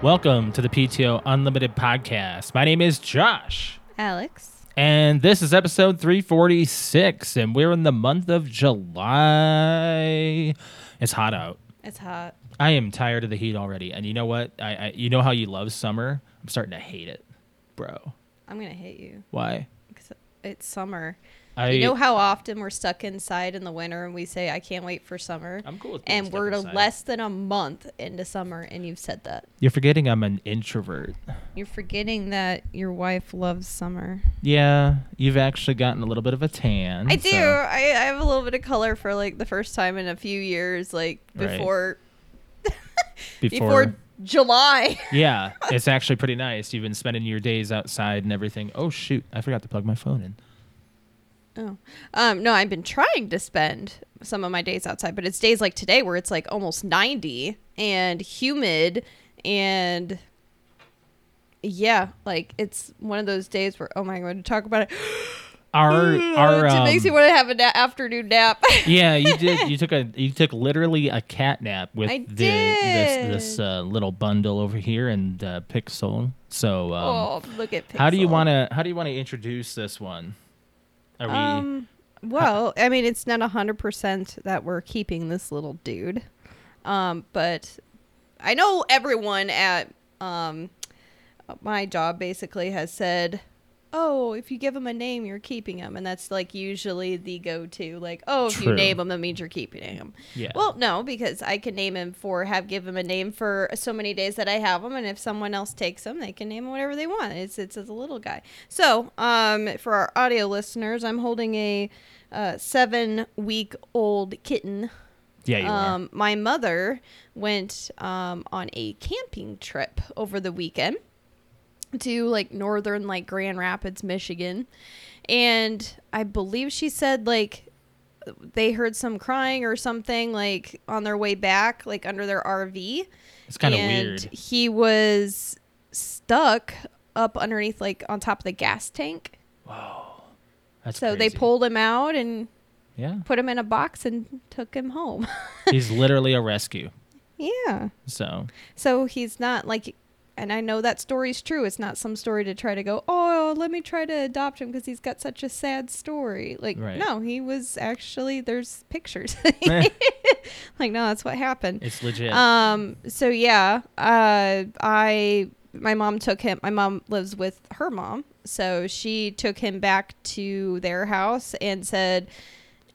Welcome to the PTO Unlimited podcast. My name is Josh. Alex. And this is episode 346, and we're in the month of July. It's hot out. It's hot. I am tired of the heat already. And you know what? I, I you know how you love summer? I'm starting to hate it, bro. I'm going to hate you Why? because it's summer. I you know how often we're stuck inside in the winter and we say, I can't wait for summer? I'm cool with being And stuck we're inside. less than a month into summer, and you've said that. You're forgetting I'm an introvert. You're forgetting that your wife loves summer. Yeah, you've actually gotten a little bit of a tan. I do. so- I, I have a little bit of color for like the first time in a few years, like Right. before before, before, July. yeah, it's actually pretty nice. You've been spending your days outside and everything. Oh shoot, I forgot to plug my phone in. Oh, um, no, I've been trying to spend some of my days outside, but it's days like today where it's like almost 90 and humid and yeah, like it's one of those days where oh my god, to talk about it, Our our it um, makes you want to have an na- afternoon nap. yeah, you did. You took a you took literally a cat nap with I the did. this this uh, little bundle over here and uh, Pixel. So, um, oh, look at how do you Pixel. want to how do you want to introduce this one? Are we? Um, well, I mean, it's not hundred percent that we're keeping this little dude, um, but I know everyone at um, my job basically has said, "Oh, if you give him a name, you're keeping him," and that's like usually the go-to. Like, "Oh, if True. you name him, that means you're keeping him." yeah. Well, no, because I can name him for have give him a name for so many days that I have him, and if someone else takes him, they can name him whatever they want. It's it's a little guy. So, um, for our audio listeners, I'm holding a uh, seven week old kitten. yeah, you are. Um, my mother went um, on a camping trip over the weekend to like northern like Grand Rapids, Michigan. And I believe she said like they heard some crying or something like on their way back like under their RV. It's kind of And weird. He was stuck up underneath like on top of the gas tank. That's so they crazy. pulled him out and Yeah, put him in a box and took him home. he's literally a rescue. yeah. So So he's not like, and I know that story's true. It's not some story to try to go, oh, let me try to adopt him because he's got such a sad story. Like, Right. no, he was actually, there's pictures. eh, like, no, that's what happened. it's legit. Um, so yeah, uh, I, my mom took him, my mom lives with her mom. So she took him back to their house and said,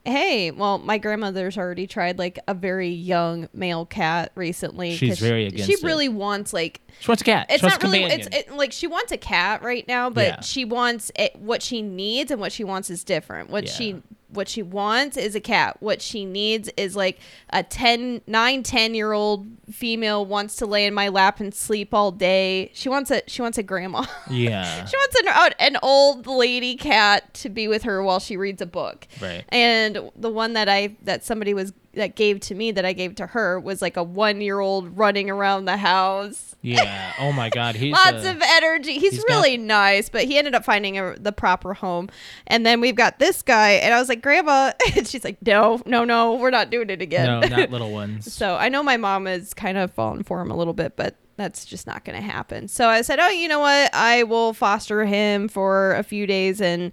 Hey, well, my grandmother's already tried like a very young male cat recently. She's 'cause very she, against she it. really wants like she wants a cat. it's she wants not a really companion. it's it, like she wants a cat right now but Yeah. she wants it what she needs and what she wants is different what Yeah. she what she wants is a cat what she needs is like a 10 9 10 year old female wants to lay in my lap and sleep all day she wants a she wants a grandma yeah, she wants an, out- an old lady cat to be with her while she reads a book right. and the one that I that somebody was that gave to me that I gave to her was like a one year old running around the house Yeah. Oh my God, he's lots a- of energy. He's, he's got- really nice, but he ended up finding a, the proper home. And then we've got this guy, and I was like, Grandma, and she's like, No, no, no, we're not doing it no, again. not little ones. so I know my mom is kind of falling for him a little bit, but that's just not going to happen. So I said, Oh, you know what? I will foster him for a few days. And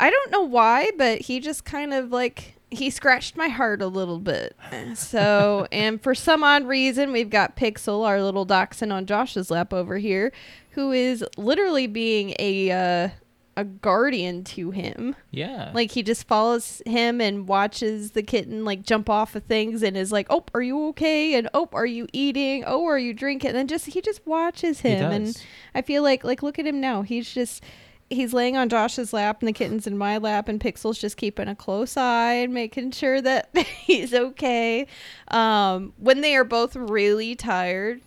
I don't know why, but he just kind of like. He scratched my heart a little bit. So, and for some odd reason, we've got Pixel, our little dachshund on Josh's lap over here, who is literally being a uh, a guardian to him. Yeah. Like he just follows him and watches the kitten like jump off of things and is like, "Oh, are you okay?" and "Oh, are you eating?" "Oh, are you drinking?" And just he just watches He him and does. I feel like like look at him now. He's just he's laying on Josh's lap and the kitten's in my lap and Pixel's just keeping a close eye and making sure that he's okay. Um when they are both really tired,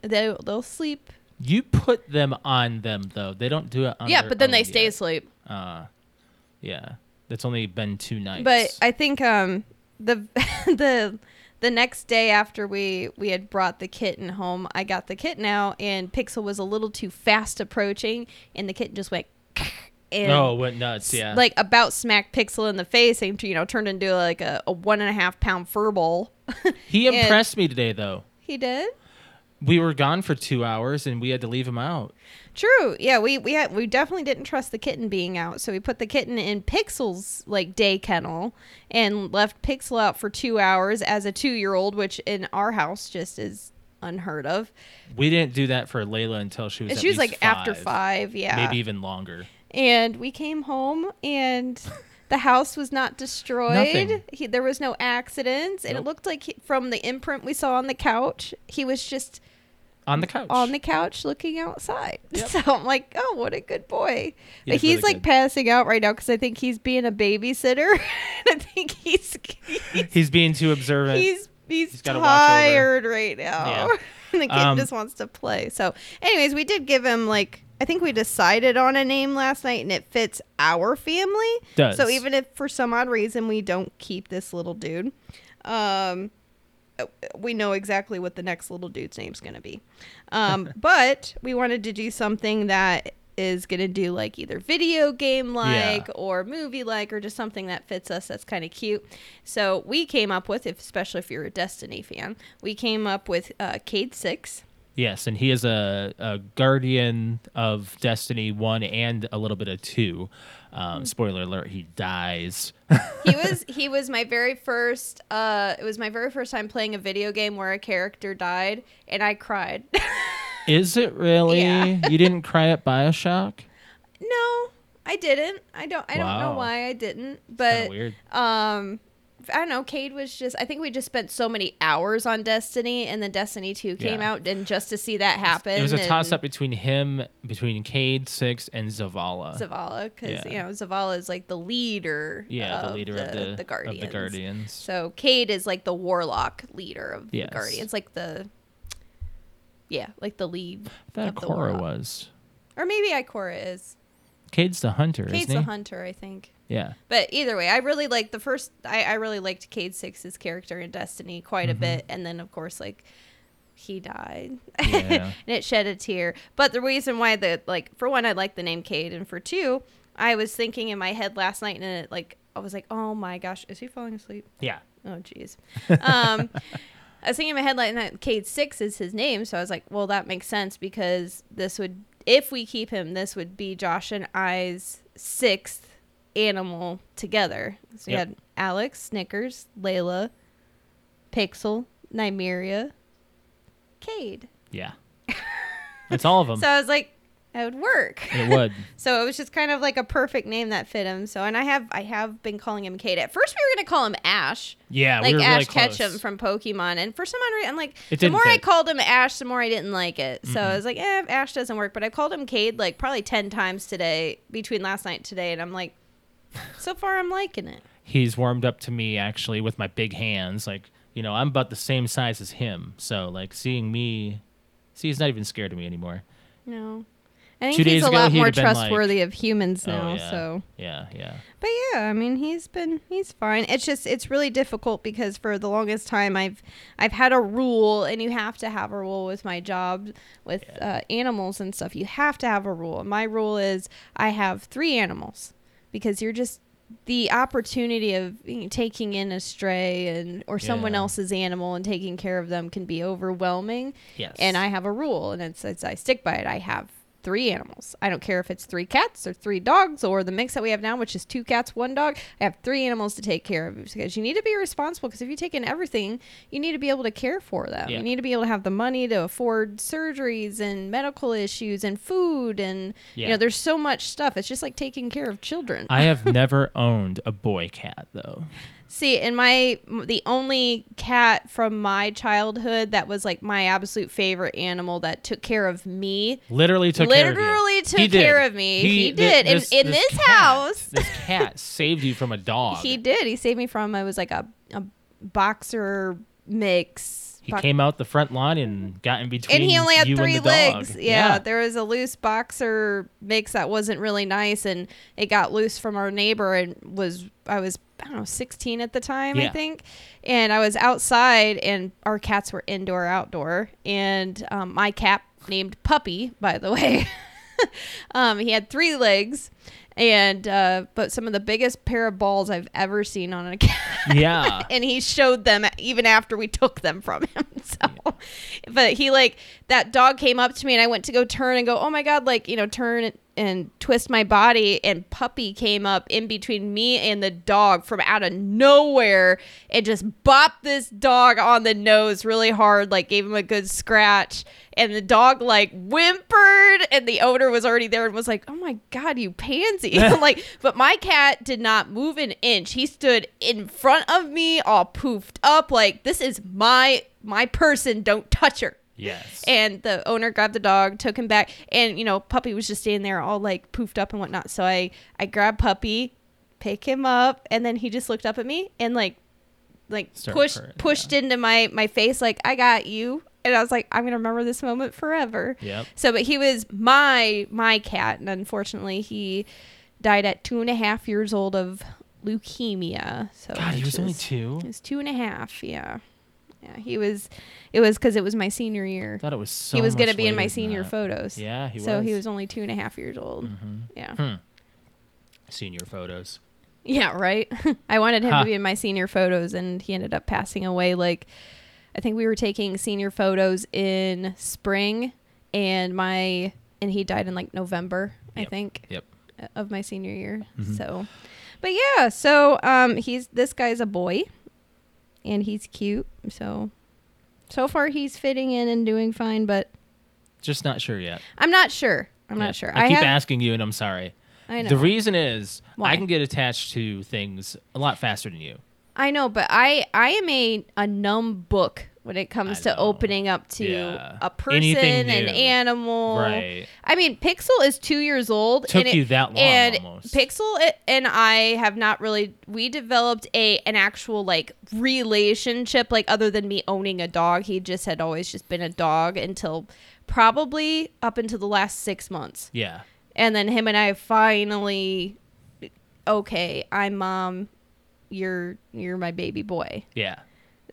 they they'll sleep. you put them on them though. They don't do it on yeah, their but then own they stay yet. asleep. Uh, yeah. That's only been two nights. But I think um the the the next day after we we had brought the kitten home, I got the kitten out and Pixel was a little too fast approaching and the kitten just went and oh, it went nuts. s- Yeah. like about smacked Pixel in the face and you know turned into like a, a one and a half pound fur ball. he and- impressed me today though. he did. We were gone for two hours and we had to leave him out. True. Yeah, we we had, we definitely didn't trust the kitten being out, so we put the kitten in Pixel's like day kennel and left Pixel out for two hours as a two year old, which in our house just is unheard of. We didn't do that for Layla until she was. And at she was least like after five, yeah. maybe even longer. And we came home and. The house was not destroyed. Nothing. He, there was no accidents, and it Nope. looked like he, from the imprint we saw on the couch, he was just On the couch. on the couch looking outside. Yep. So I'm like, oh, what a good boy. He but is he's really like good. passing out right now because I think he's being a babysitter. I think he's He's being too observant. he's he's, He's gotta watch over. tired right now. Yeah. and the kid Um, just wants to play. So, anyways, we did give him like. I think we decided on a name last night and it fits our family. Does. So even if for some odd reason we don't keep this little dude, um, we know exactly what the next little dude's name's going to be. Um, but we wanted to do something that is going to do like either video game like or movie like or just something that fits us that's kind of cute. So we came up with, if, especially if you're a Destiny fan, we came up with uh, Cade Six. Yes, and he is a, a guardian of Destiny 1 and a little bit of 2. Hmm. Um, spoiler alert, he dies. he was he was my very first uh it was my very first time playing a video game where a character died and i cried is it really? Yeah. you didn't cry at Bioshock? no i didn't i don't i don't know Wow. why i didn't Kinda but weird. um i don't know cade was just i think we just spent so many hours on destiny and then destiny 2 came Yeah. out and just to see that happen It was a and- toss up between him, between Cade, Six, and Zavala. Zavala, because Yeah. you know Zavala is like the leader. yeah, of the leader of, the, uh, the of the Guardians. So Cade is like the warlock leader of Yes. the Guardians, like the yeah, like the lead, I thought of the Korra warlock. was. or maybe Ikora is. Cade's the hunter, Cade's isn't he? the hunter, I think. Yeah. But either way, I really like the first. I, I really liked Cade Six's character in Destiny quite a bit, and then of course like he died, Yeah. and it shed a tear. But the reason why the like for one, I like the name Cade, and for two, I was thinking in my head last night, and it like I was like, oh my gosh, is he falling asleep? Yeah. Oh, jeez. Um, I was thinking in my head like that Cade Six is his name, so I was like, well, that makes sense because this would, if we keep him, this would be Josh and I's sixth animal together. So we Yep. had Alex, Snickers, Layla, Pixel, Nymeria, Cade. Yeah. That's all of them. So I was like, that would work. it would. So it was just kind of like a perfect name that fit him. So and I have I have been calling him Cade. At first we were gonna call him Ash Yeah, like we were Ash really close. Ketchum from Pokemon. And for some odd reason, I'm like, It the didn't more I fit. called him Ash, the more I didn't like it. So I was like, eh, Ash doesn't work. But I called him Cade like probably 10 times today, between last night and today. And I'm like, so far I'm liking it. he's warmed up to me actually with my big hands. Like, you know, I'm about the same size as him. So, like, seeing me, see, he's not even scared of me anymore. No. I think Two he's days a ago, lot he'd more have been like- trustworthy of humans Oh, now. yeah. So, Yeah, yeah. but yeah, I mean, he's been he's fine. It's just it's really difficult because for the longest time I've I've had a rule, and you have to have a rule with my job with uh, animals and stuff. You have to have a rule. My rule is I have three animals because you're just the opportunity of you know, taking in a stray and or someone Yeah. else's animal and taking care of them can be overwhelming. Yes. And I have a rule, and it's, it's I stick by it. I have three animals. I don't care if it's three cats or three dogs or the mix that we have now, which is two cats, one dog. I have three animals to take care of because you need to be responsible. Because if you take in everything, you need to be able to care for them. Yeah. You need to be able to have the money to afford surgeries and medical issues and food and Yeah. you Uh, know there's so much stuff. It's just like taking care of children. I have never owned a boy cat though. See, in my the only cat from my childhood that was like my absolute favorite animal that took care of me. Literally took care of you. Literally took He did. care of me. He did. In- in this cat- house. this cat saved you from a dog. He He, did. He saved me from I was like a, a boxer mix. box- came out the front line and got in between. and he only had you and three the legs. dog. Yeah, there was a loose boxer mix that wasn't really nice, and it got loose from our neighbor, and was I was I don't know 16 at the time I Yeah. think, and I was outside, and our cats were indoor outdoor, and um, my cat named Puppy, by the way. um, he had three legs, and uh, but some of the biggest pair of balls I've ever seen on a cat yeah. and he showed them even after we took them from him. So, but he like that dog came up to me and I went to go turn and go, oh my god, like you know, turn and twist my body, and puppy came up in between me and the dog from out of nowhere and just bopped this dog on the nose really hard, like gave him a good scratch, and the dog like whimpered, and the owner was already there and was like, oh my god, you pansy, like. But my cat did not move an inch. He stood in front of me, all poofed up, like this is my my person. Don't touch her. Yes. And the owner grabbed the dog, took him back, and you know, puppy was just standing there all like poofed up and whatnot. So I I grabbed puppy, pick him up, and then he just looked up at me and like like Start pushed purring, pushed into my my face like I got you. And I was like, I'm gonna remember this moment forever. Yep. So, but he was my my cat, and unfortunately, he died at two and a half years old of leukemia. So God, he which was only is- two. He was two and a half. Yeah, yeah. He was. It was because it was my senior year. thought it was so. he was going gonna to be in my senior photos. Yeah, he so was. Hmm. Mm-hmm. he was only two and a half years old. Yeah. senior photos. Yeah, right. I wanted him Huh. to be in my senior photos, and he ended up passing away. Like, I think we were taking senior photos in spring, and my and he died in like November, I Yep. think, uh, Yep. Mm-hmm. of my senior year. So, but yeah, so um, he's this guy's a boy, and he's cute. So, so far he's fitting in and doing fine, but Just not sure yet. I'm not sure. I'm Yeah. not sure. I, keep have. asking you, and I'm sorry. I know. The reason is Why? I can get attached to things a lot faster than you. I know, but I I am a a numb book when it comes I to know. opening up to Yeah. a person, Anything an new. animal. Right. I mean, Pixel is two years old. Took and it- you that long and almost. Pixel i- and I have not really we developed a an actual like relationship like other than me owning a dog. He just had always just been a dog until probably up until the last six months Yeah. and then him and I finally okay, I'm mom, you're you're my baby boy. Yeah.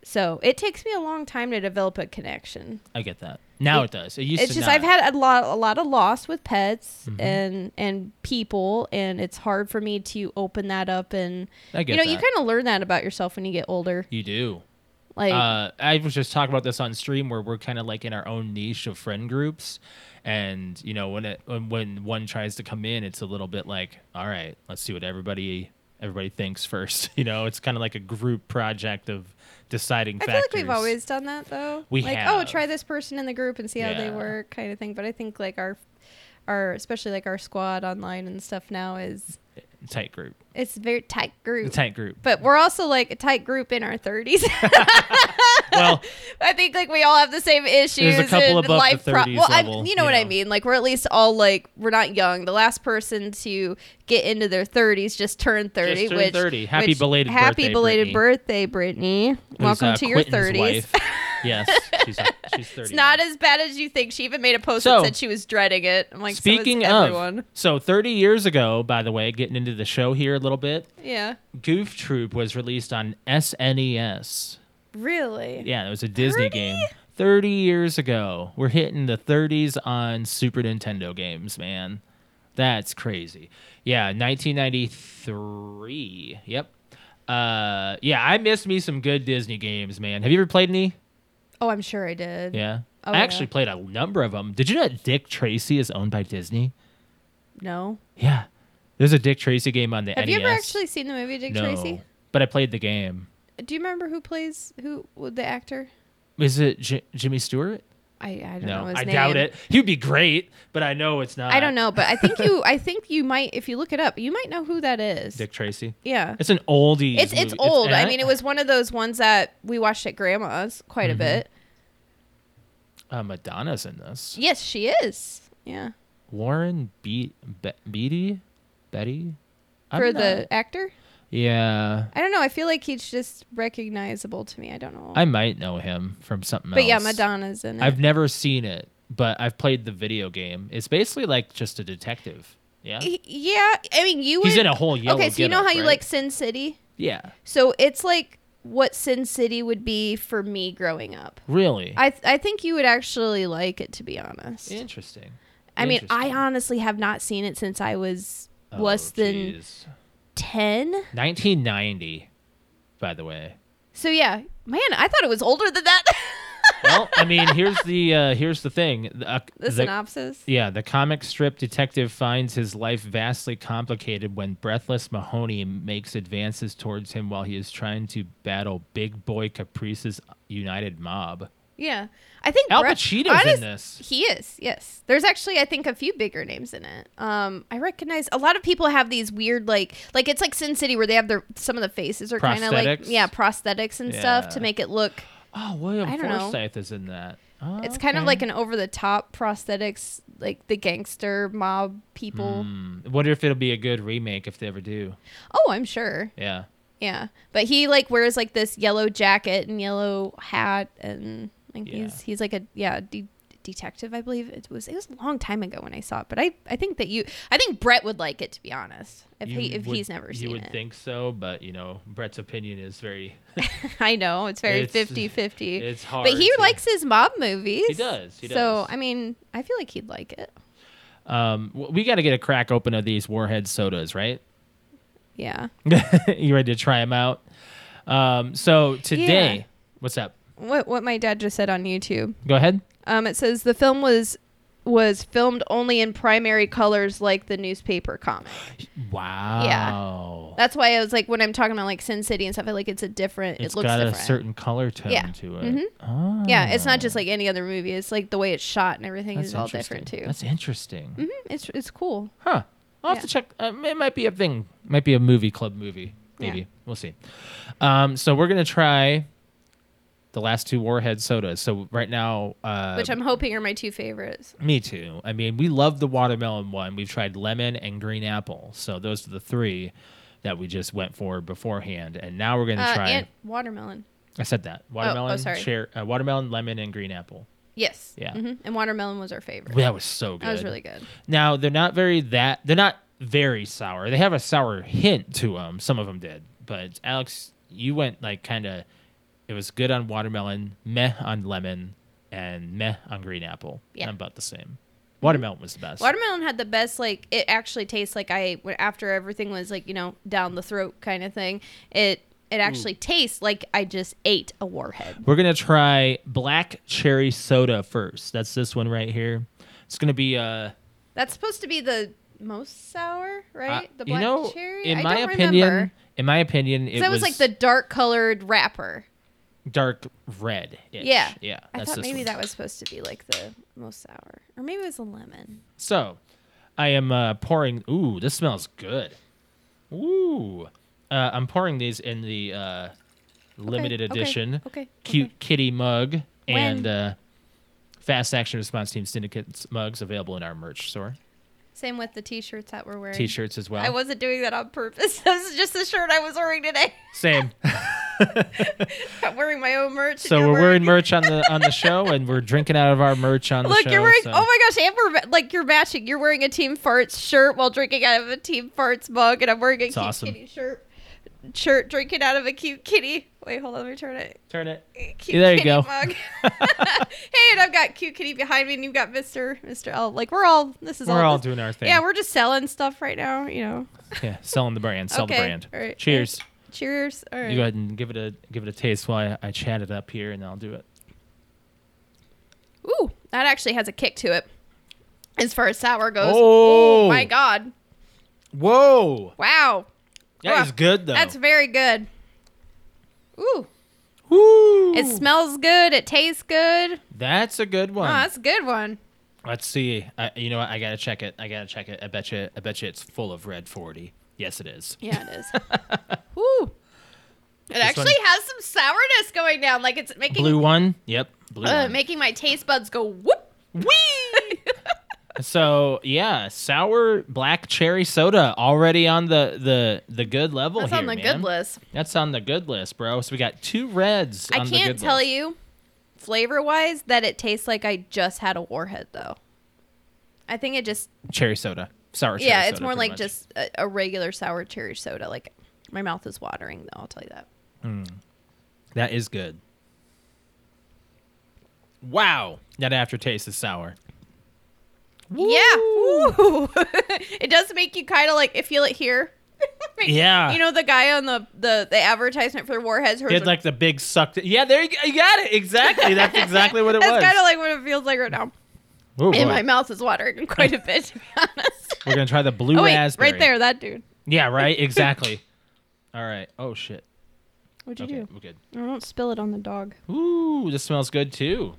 So it takes me a long time to develop a connection. I get that. Now it, does. It used It's to just not. Mm-hmm. I've had a lot a lot of loss with pets and and people and it's hard for me to open that up and I get you know, that. you kind of learn that about yourself when you get older. you do. Like uh, I was just talking about this on stream where we're kind of like in our own niche of friend groups, and you know when it when- when one tries to come in, it's a little bit like, all right, let's see what everybody everybody thinks first. You know, it's kind of like a group project of deciding I feel factors. like we've always done that though. We like, oh, have. try this person in the group and see how they Yeah. work, kind of thing. But I think like our, our especially like our squad online and stuff now is tight group, it's a very tight group. tight group. but we're also like a tight group in our thirties. well, I think like we all have the same issues. couple and above the life 30s well, I, level, you know you what I know. mean. Like we're at least all like we're not young. The last person to get into their thirties just turned thirty. turned which, 30. Happy which- belated happy birthday, belated Brittany. birthday, Brittany. Welcome who's, uh, to your Quentin's thirties. wife. yes, she's uh, she's thirty. It's not now. as bad as you think. She even made a post So- that said she was dreading it. I'm like, Speaking so is everyone. of, so 30 years ago, by the way, getting into the show here a little bit, yeah, Goof Troop was released on SNES. really. Yeah, it was a Disney game. 30 years ago. We're hitting the 30s on Super Nintendo games, man. That's crazy. Yeah, 1993. Yep. Uh, yeah, I missed me some good Disney games, man. Have you ever played any? Oh, I'm sure I did. Yeah. Oh, I yeah. actually played a number of them. Did you know that Dick Tracy is owned by Disney? No. Yeah. There's a Dick Tracy game on the Have NES. you ever actually seen the movie Dick E no, Tracy? But I played the game. Do you remember who plays who the actor? Is it J- Jimmy Stewart? I, I don't no, know his I name. doubt it. He'd be great, but I know it's not. I don't know, but I think you I think you might if you look it up, you might know who that is. Dick Tracy. Yeah. It's an oldie. It's it's old. I mean, it was one of those ones that we watched at grandma's quite Mm-hmm. a bit. Uh, Madonna's in this. Yes, she is. Yeah. Warren Be- Be- Beatty, Betty. I'm For not- the actor? yeah, I don't know. I feel like he's just recognizable to me. I don't know. I might know him from something but else. yeah, Madonna's in it. I've never seen it, but I've played the video game. It's basically like just a detective. Yeah, Y- yeah, I mean, you he's would. in a whole yellow. okay, so you know getup, how you right? like Sin City? Yeah, So it's like what Sin City would be for me growing up. really. I th- I think you would actually like it to be honest. Interesting. I mean, I Interesting. honestly have not seen it since I was Oh, less than jeez. 10. 1990. By the way. So yeah, man, I thought it was older than that. Well, I mean, here's the uh, here's the thing. The, uh, the the- synopsis. Yeah, the comic strip detective finds his life vastly complicated when breathless Mahoney makes advances towards him while he is trying to battle Big Boy Caprice's United Mob. Yeah. I think Al Bre- Pacino's honest- in this. He is, yes. There's actually, I think, a few bigger names in it. Um, I recognize a lot of people have these weird, like, like it's like Sin City where they have their some of the faces are kind of like, Prosthetics? yeah, prosthetics and stuff to Yeah. make it look. Oh, William I don't know. Forsythe is in that. Oh, It's kind of okay. like an over the top prosthetics, like the gangster mob people. Mm, wonder if it'll be a good remake if they ever do. Oh, I'm sure. Yeah. Yeah, but he like wears like this yellow jacket and yellow hat, and like Yeah. he's he's like a yeah de- detective, I believe it was. It was a long time ago when I saw it, but I I think that you I think Brett would like it to be honest. If You he if would- he's never You seen would it, think so, but you know, Brett's opinion is very I know it's very It's- 50 50 it's hard. But he to- likes his mob movies. He does, he So does. I mean, I feel like he'd like it. um w- we got to get a crack open of these Warhead sodas, right? Yeah. you ready to try them out? Um, so today, Yeah. what's up? What what my dad just said on YouTube. Go ahead. Um, it says the film was was filmed only in primary colors like the newspaper comic. Wow. That's why I was like, when I'm talking about like Sin City and stuff, I like it's a different. It's it looks got different. a certain color tone Yeah. Mm-hmm. to it. Oh. yeah, it's not just like any other movie. It's like the way it's shot and everything That's is all interesting. different too. That's interesting. Mhm, it's it's cool. Huh. I'll have Yeah. to check. Uh, it might be a thing. Might be a movie club movie. Yeah. Maybe we'll see. Um, so we're gonna try the last two Warhead sodas. So right now, uh, Which I'm hoping are my two favorites. Me too. I mean, we love the watermelon one. We've tried lemon and green apple. So those are the three that we just went for beforehand. And now we're going to Uh, try. and watermelon. I said that. Watermelon, sorry. cher- uh, watermelon, lemon, and green apple. Yes. Yeah. hmm And watermelon was our favorite. That was so good. That was really good. Now, they're not very that, they're not very sour. They have a sour hint to them. Some of them did. But Alex, you went like kind of, it was good on watermelon, meh on lemon, and meh on green apple. Yeah. And about the same. Watermelon was the best. Watermelon had the best, like, it actually tastes like I, when- after everything was, like, you know, down the throat kind of thing, it it actually tastes like I just ate a warhead. We're gonna try black cherry soda first. That's this one right here. It's gonna be uh, That's supposed to be the most sour, right? uh, the you black know, cherry. in I my don't opinion, remember. in my opinion, it That was, like the dark colored wrapper. dark red. Yeah. yeah. I that's thought this maybe one. that was supposed to be like the most sour, or maybe it was a lemon. So, I am uh, pouring. Ooh, this smells good. Ooh, uh, I'm pouring these in the uh, limited Okay, okay, edition Okay. cute okay. kitty mug and When? uh, fast action response team syndicates mugs available in our merch store, Same with the t-shirts that we're wearing. t-shirts as well. I wasn't doing that on purpose. this is just the shirt I was wearing today. Same. I'm wearing my own merch. and So you're we're wearing merch on the on the show, and we're drinking out of our merch on the Look, show. you're wearing. so- Oh my gosh, and we're ma- like you're matching. You're wearing a Team Farts shirt while drinking out of a Team Farts mug, and I'm wearing a cute awesome. kitty shirt. Shirt drinking out of a cute kitty. Wait, hold on, let me turn it. Turn it. Cute Yeah, there you kitty go. mug. hey, and I've got cute kitty behind me, and you've got Mister Mister L. Like we're all. This is We're all just- doing our thing. Yeah, we're just selling stuff right now. You know. yeah, selling the brand. Sell the Okay, brand. all right. Cheers. Cheers. All right. You go ahead and give it a give it a taste while I, I chat it up here, and I'll do it. Ooh, That actually has a kick to it. As far as sour goes. Oh. my god. Whoa. Wow. That Wow. is good though. That's very good. Ooh. Woo. It smells good. It tastes good. That's a good Oh, one. that's a good one. Let's see. I, you know what? I gotta check it. I gotta check it. I bet you. I bet you it's full of red forty. Yes, it is. Yeah, it is. Ooh. It actually one- has some sourness going down. Like it's making Blue one. Yep. Blue uh, one. making my taste buds go whoop. Whee! so yeah, sour black cherry soda already on the the the good level That's here, on the man. good list. That's on the good list, bro. So we got two reds. I on the can't good tell list. you flavor wise that it tastes like I just had a warhead though. I think it just Cherry soda. Sour. cherry yeah, it's soda, more pretty like much. just a, a regular sour cherry soda. Like my mouth is watering though, I'll tell you that. that is good. Wow, that aftertaste is sour. Yeah. Woo. it does make you kind of like I feel it here. Yeah. You know the guy on the the, the advertisement for warheads who was It's like the big sucked. Yeah, there you, go. you got it. Exactly. That's exactly what it That's was. kind of like what it feels like right now. Ooh, And boy. my mouth is watering quite a bit, to be honest. We're gonna try the blue Oh wait, raspberry. right there, that dude. Yeah. Right. Exactly. All right. Oh shit. What'd you Okay. do? We're good. I don't spill it on the dog. Ooh, this smells good too.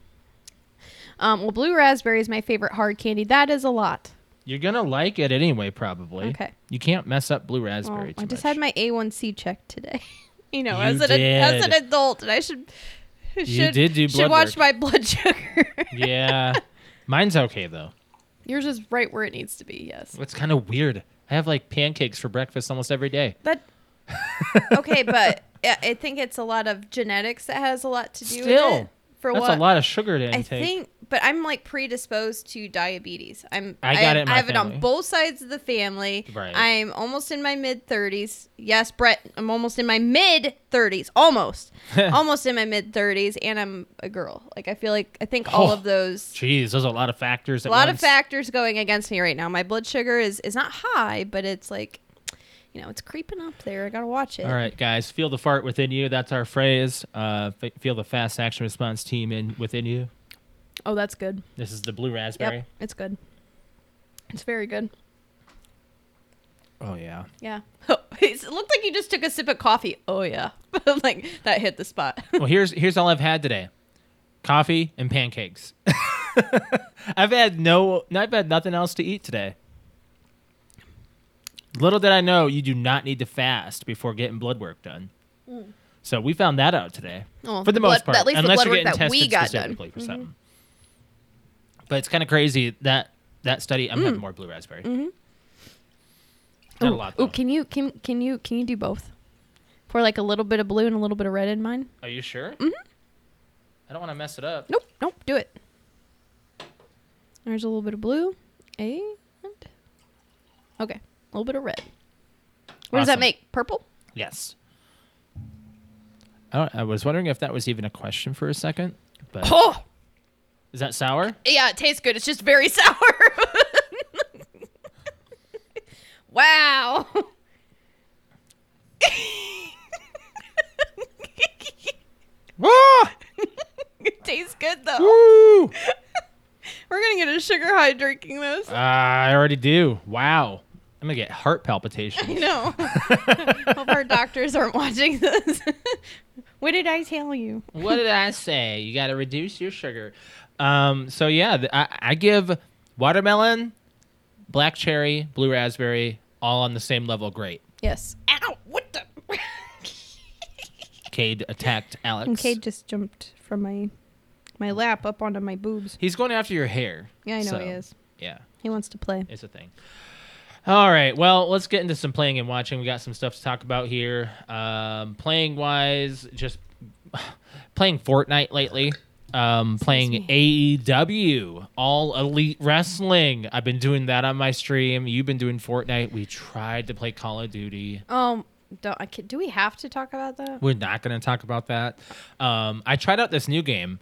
Um, well, blue raspberry is my favorite hard candy. That is a lot. You're gonna like it anyway, probably. Okay. You can't mess up blue Well, raspberry. too I just much. had my A1C checked today. you know, You as an as an did. adult, and I should should did do should blood work. watch my blood sugar. yeah, mine's okay though. Yours is right where it needs to be. Yes. It's kind of weird. I have like pancakes for breakfast almost every day. That. okay, but I I think it's a lot of genetics that has a lot to do with it. Still, For That's what? a lot of sugar to I intake. think, but I'm like predisposed to diabetes. I'm. I got have, it in my I have it family. on both sides of the family. Right. I'm almost in my mid 30s. Yes, Brett. I'm almost in my mid 30s. Almost. almost in my mid 30s, and I'm a girl. Like I feel like I think all Oh, of those. Jeez, those are a lot of factors. A At lot of once. factors going against me right now. My blood sugar is is not high, but it's like, you know, it's creeping up there. I gotta watch it. All right, guys, feel the fart within you. That's our phrase. Uh, f- feel the fast action response team in within you. Oh, that's good. This is the blue Yep, raspberry. it's good. It's very good. Oh yeah. Yeah. it looked like you just took a sip of coffee. Oh, yeah. like, that hit the spot. well, here's here's all I've had today: coffee and pancakes. I've had no, I've had nothing else to eat today. Little did I know, you do not need to fast before getting blood work done. So we found that out today, Well, for the the most blood- part, at least the unless blood you're work getting that tested we got done. specifically for something. Mm-hmm. But it's kind of crazy that that study. I'm having more blue raspberry. Not a lot. Ooh, though. can you can can you can you do both? Pour like a little bit of blue and a little bit of red in mine? Are you sure? Mm-hmm. I don't want to mess it up. Nope, nope, do it. There's a little bit of blue. And Okay. A little bit of red. What does that Awesome. make? Purple? Yes. I, don't, I was wondering if that was even a question for a second, but Oh is that sour? yeah, it tastes good. It's just very sour. wow. It tastes good though. Woo! We're gonna get a sugar high drinking this. Ah, I already do. Wow. I'm gonna get heart palpitations. You know. Hope our doctors aren't watching this. what did I tell you? what did I say? You gotta reduce your sugar. Um, so yeah, th- I, I give watermelon, black cherry, blue raspberry, all on the same level. Great. Yes. Ow! What the? Cade attacked Alex. and Cade just jumped from my my lap up onto my boobs. He's going after your hair. Yeah, I know so, he is. Yeah. He wants to play. It's a thing. All right. Well, let's get into some playing and watching. We got some stuff to talk about here. Um, playing wise, just playing Fortnite lately. Um, playing AEW, All Elite Wrestling. I've been doing that on my stream. You've been doing Fortnite. We tried to play Call of Duty. Um, don't I can, do we have to talk about that? We're not going to talk about that. Um, I tried out this new game.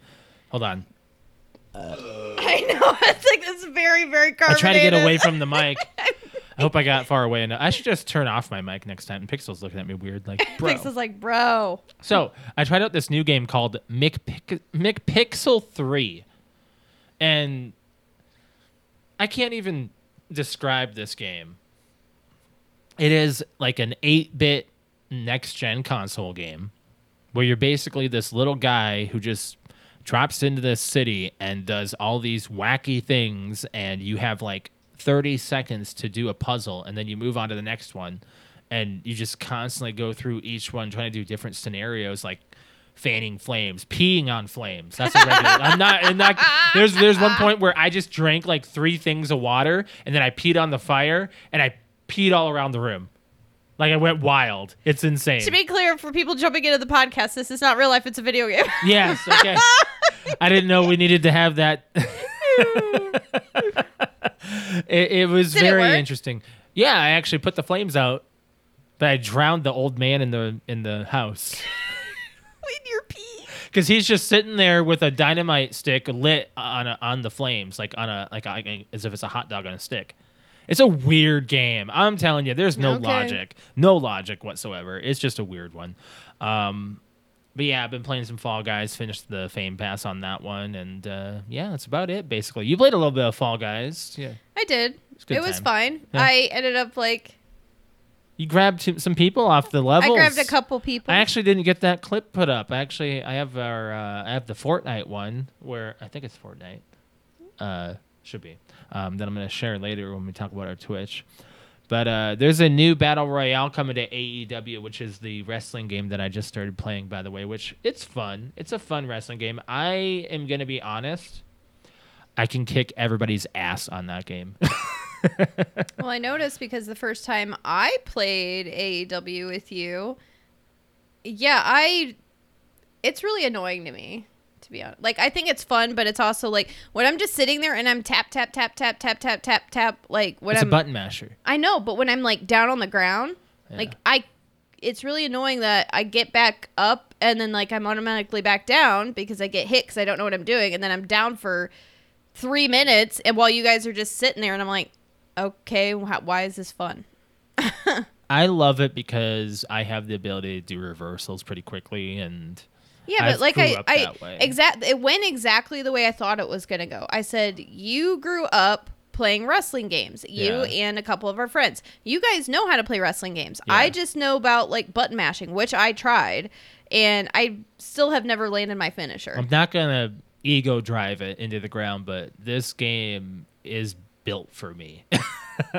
Hold on. I know. It's like it's very very I carbonated. try to get away from the mic. I hope I got far away enough. I should just turn off my mic next time. Pixel's looking at me weird, like bro. Pix is like, bro. So I tried out this new game called McPic- McPixel Three. And I can't even describe this game. It is like an 8 bit next gen console game where you're basically this little guy who just drops into this city and does all these wacky things, and you have like 30 seconds to do a puzzle, and then you move on to the next one. And you just constantly go through each one trying to do different scenarios, like fanning flames, peeing on flames. That's a regular. I'm not, I'm not. There's there's one point where I just drank like three things of water, and then I peed on the fire, and I peed all around the room. Like I went wild. It's insane. To be clear, for people jumping into the podcast, this is not real life; it's a video game. Yes. Okay. I didn't know we needed to have that. it, it was Did it very work? interesting. Yeah, I actually put the flames out, but I drowned the old man in the in the house With your pee. because he's just sitting there with a dynamite stick lit on a, on the flames, like on a like a, as if it's a hot dog on a stick. It's a weird game. I'm telling you, there's no Okay. logic, no logic whatsoever. It's just a weird one. Um, but yeah, I've been playing some Fall Guys. Finished the Fame Pass on that one, and uh, yeah, that's about it. Basically, you played a little bit of Fall Guys. Yeah, I did. It good was time. fine. Yeah. I ended up like you grabbed t- some people off the levels. I grabbed a couple people. I actually didn't get that clip put up. I Actually, I have our uh, I have the Fortnite one where I think it's Fortnite. Uh, should be. Um, that I'm gonna share later when we talk about our Twitch. But uh, there's a new battle royale coming to AEW, which is the wrestling game that I just started playing. By the way, which it's fun. It's a fun wrestling game. I am gonna be honest. I can kick everybody's ass on that game. well, I noticed because the first time I played AEW with you, yeah, I it's really annoying to me to be honest. Like I think it's fun, but it's also like when I'm just sitting there and I'm tap tap tap tap tap tap tap tap like when it's I'm a button masher. I know, but when I'm like down on the ground, like I it's really annoying that I get back up and then like I'm automatically back down because I get hit cuz I don't know what I'm doing and then I'm down for 3 minutes and while you guys are just sitting there and I'm like, "Okay, wh- why is this fun?" I love it because I have the ability to do reversals pretty quickly and Yeah, I but like grew I, up I that way. exact it went exactly the way I thought it was gonna go. I said you grew up playing wrestling games, you Yeah. and a couple of our friends. You guys know how to play wrestling games. I Yeah. just know about like button mashing, which I tried, and I still have never landed my finisher. I'm not gonna ego drive it into the ground, but this game is built for me.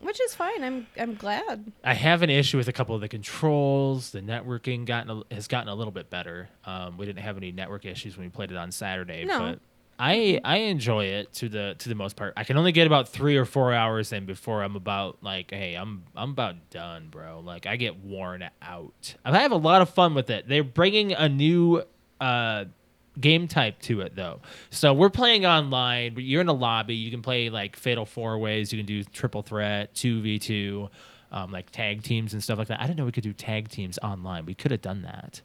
which is fine. I'm I'm glad. I have an issue with a couple of the controls. The networking gotten a, has gotten a little bit better. Um, we didn't have any network issues when we played it on Saturday, No. but I I enjoy it to the to the most part. I can only get about three or four hours in before I'm about like, hey, I'm I'm about done, bro. Like I get worn out. I have a lot of fun with it. They're bringing a new. Uh, game type to it though. So we're playing online, but you're in a lobby. You can play like fatal four ways. You can do triple threat, two v two, um, like tag teams and stuff like that. I didn't know we could do tag teams online. We could have done that.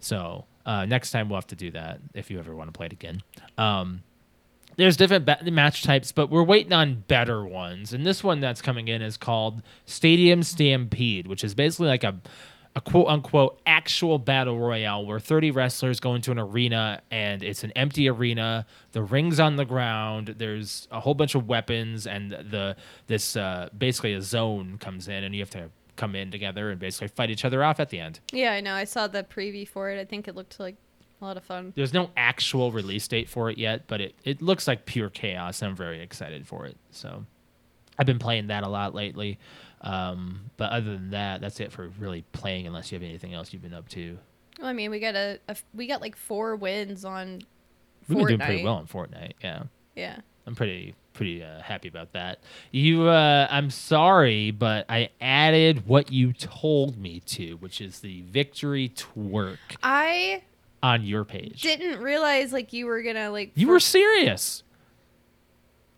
So uh, next time we'll have to do that if you ever want to play it again. Um, there's different ba- match types, but we're waiting on better ones. And this one that's coming in is called Stadium Stampede, which is basically like a a quote unquote actual battle royale where 30 wrestlers go into an arena and it's an empty arena. The ring's on the ground. There's a whole bunch of weapons and the this uh, basically a zone comes in and you have to come in together and basically fight each other off at the end. Yeah, I know. I saw the preview for it. I think it looked like a lot of fun. There's no actual release date for it yet, but it, it looks like pure chaos. I'm very excited for it. So I've been playing that a lot lately. Um, but other than that, that's it for really playing unless you have anything else you've been up to. Well, I mean, we got a, a we got like four wins on. We've been doing Fortnite. pretty well on Fortnite. Yeah. Yeah. I'm pretty pretty uh, happy about that. You uh, I'm sorry, but I added what you told me to, which is the victory twerk I on your page. didn't realize like you were gonna like you were serious.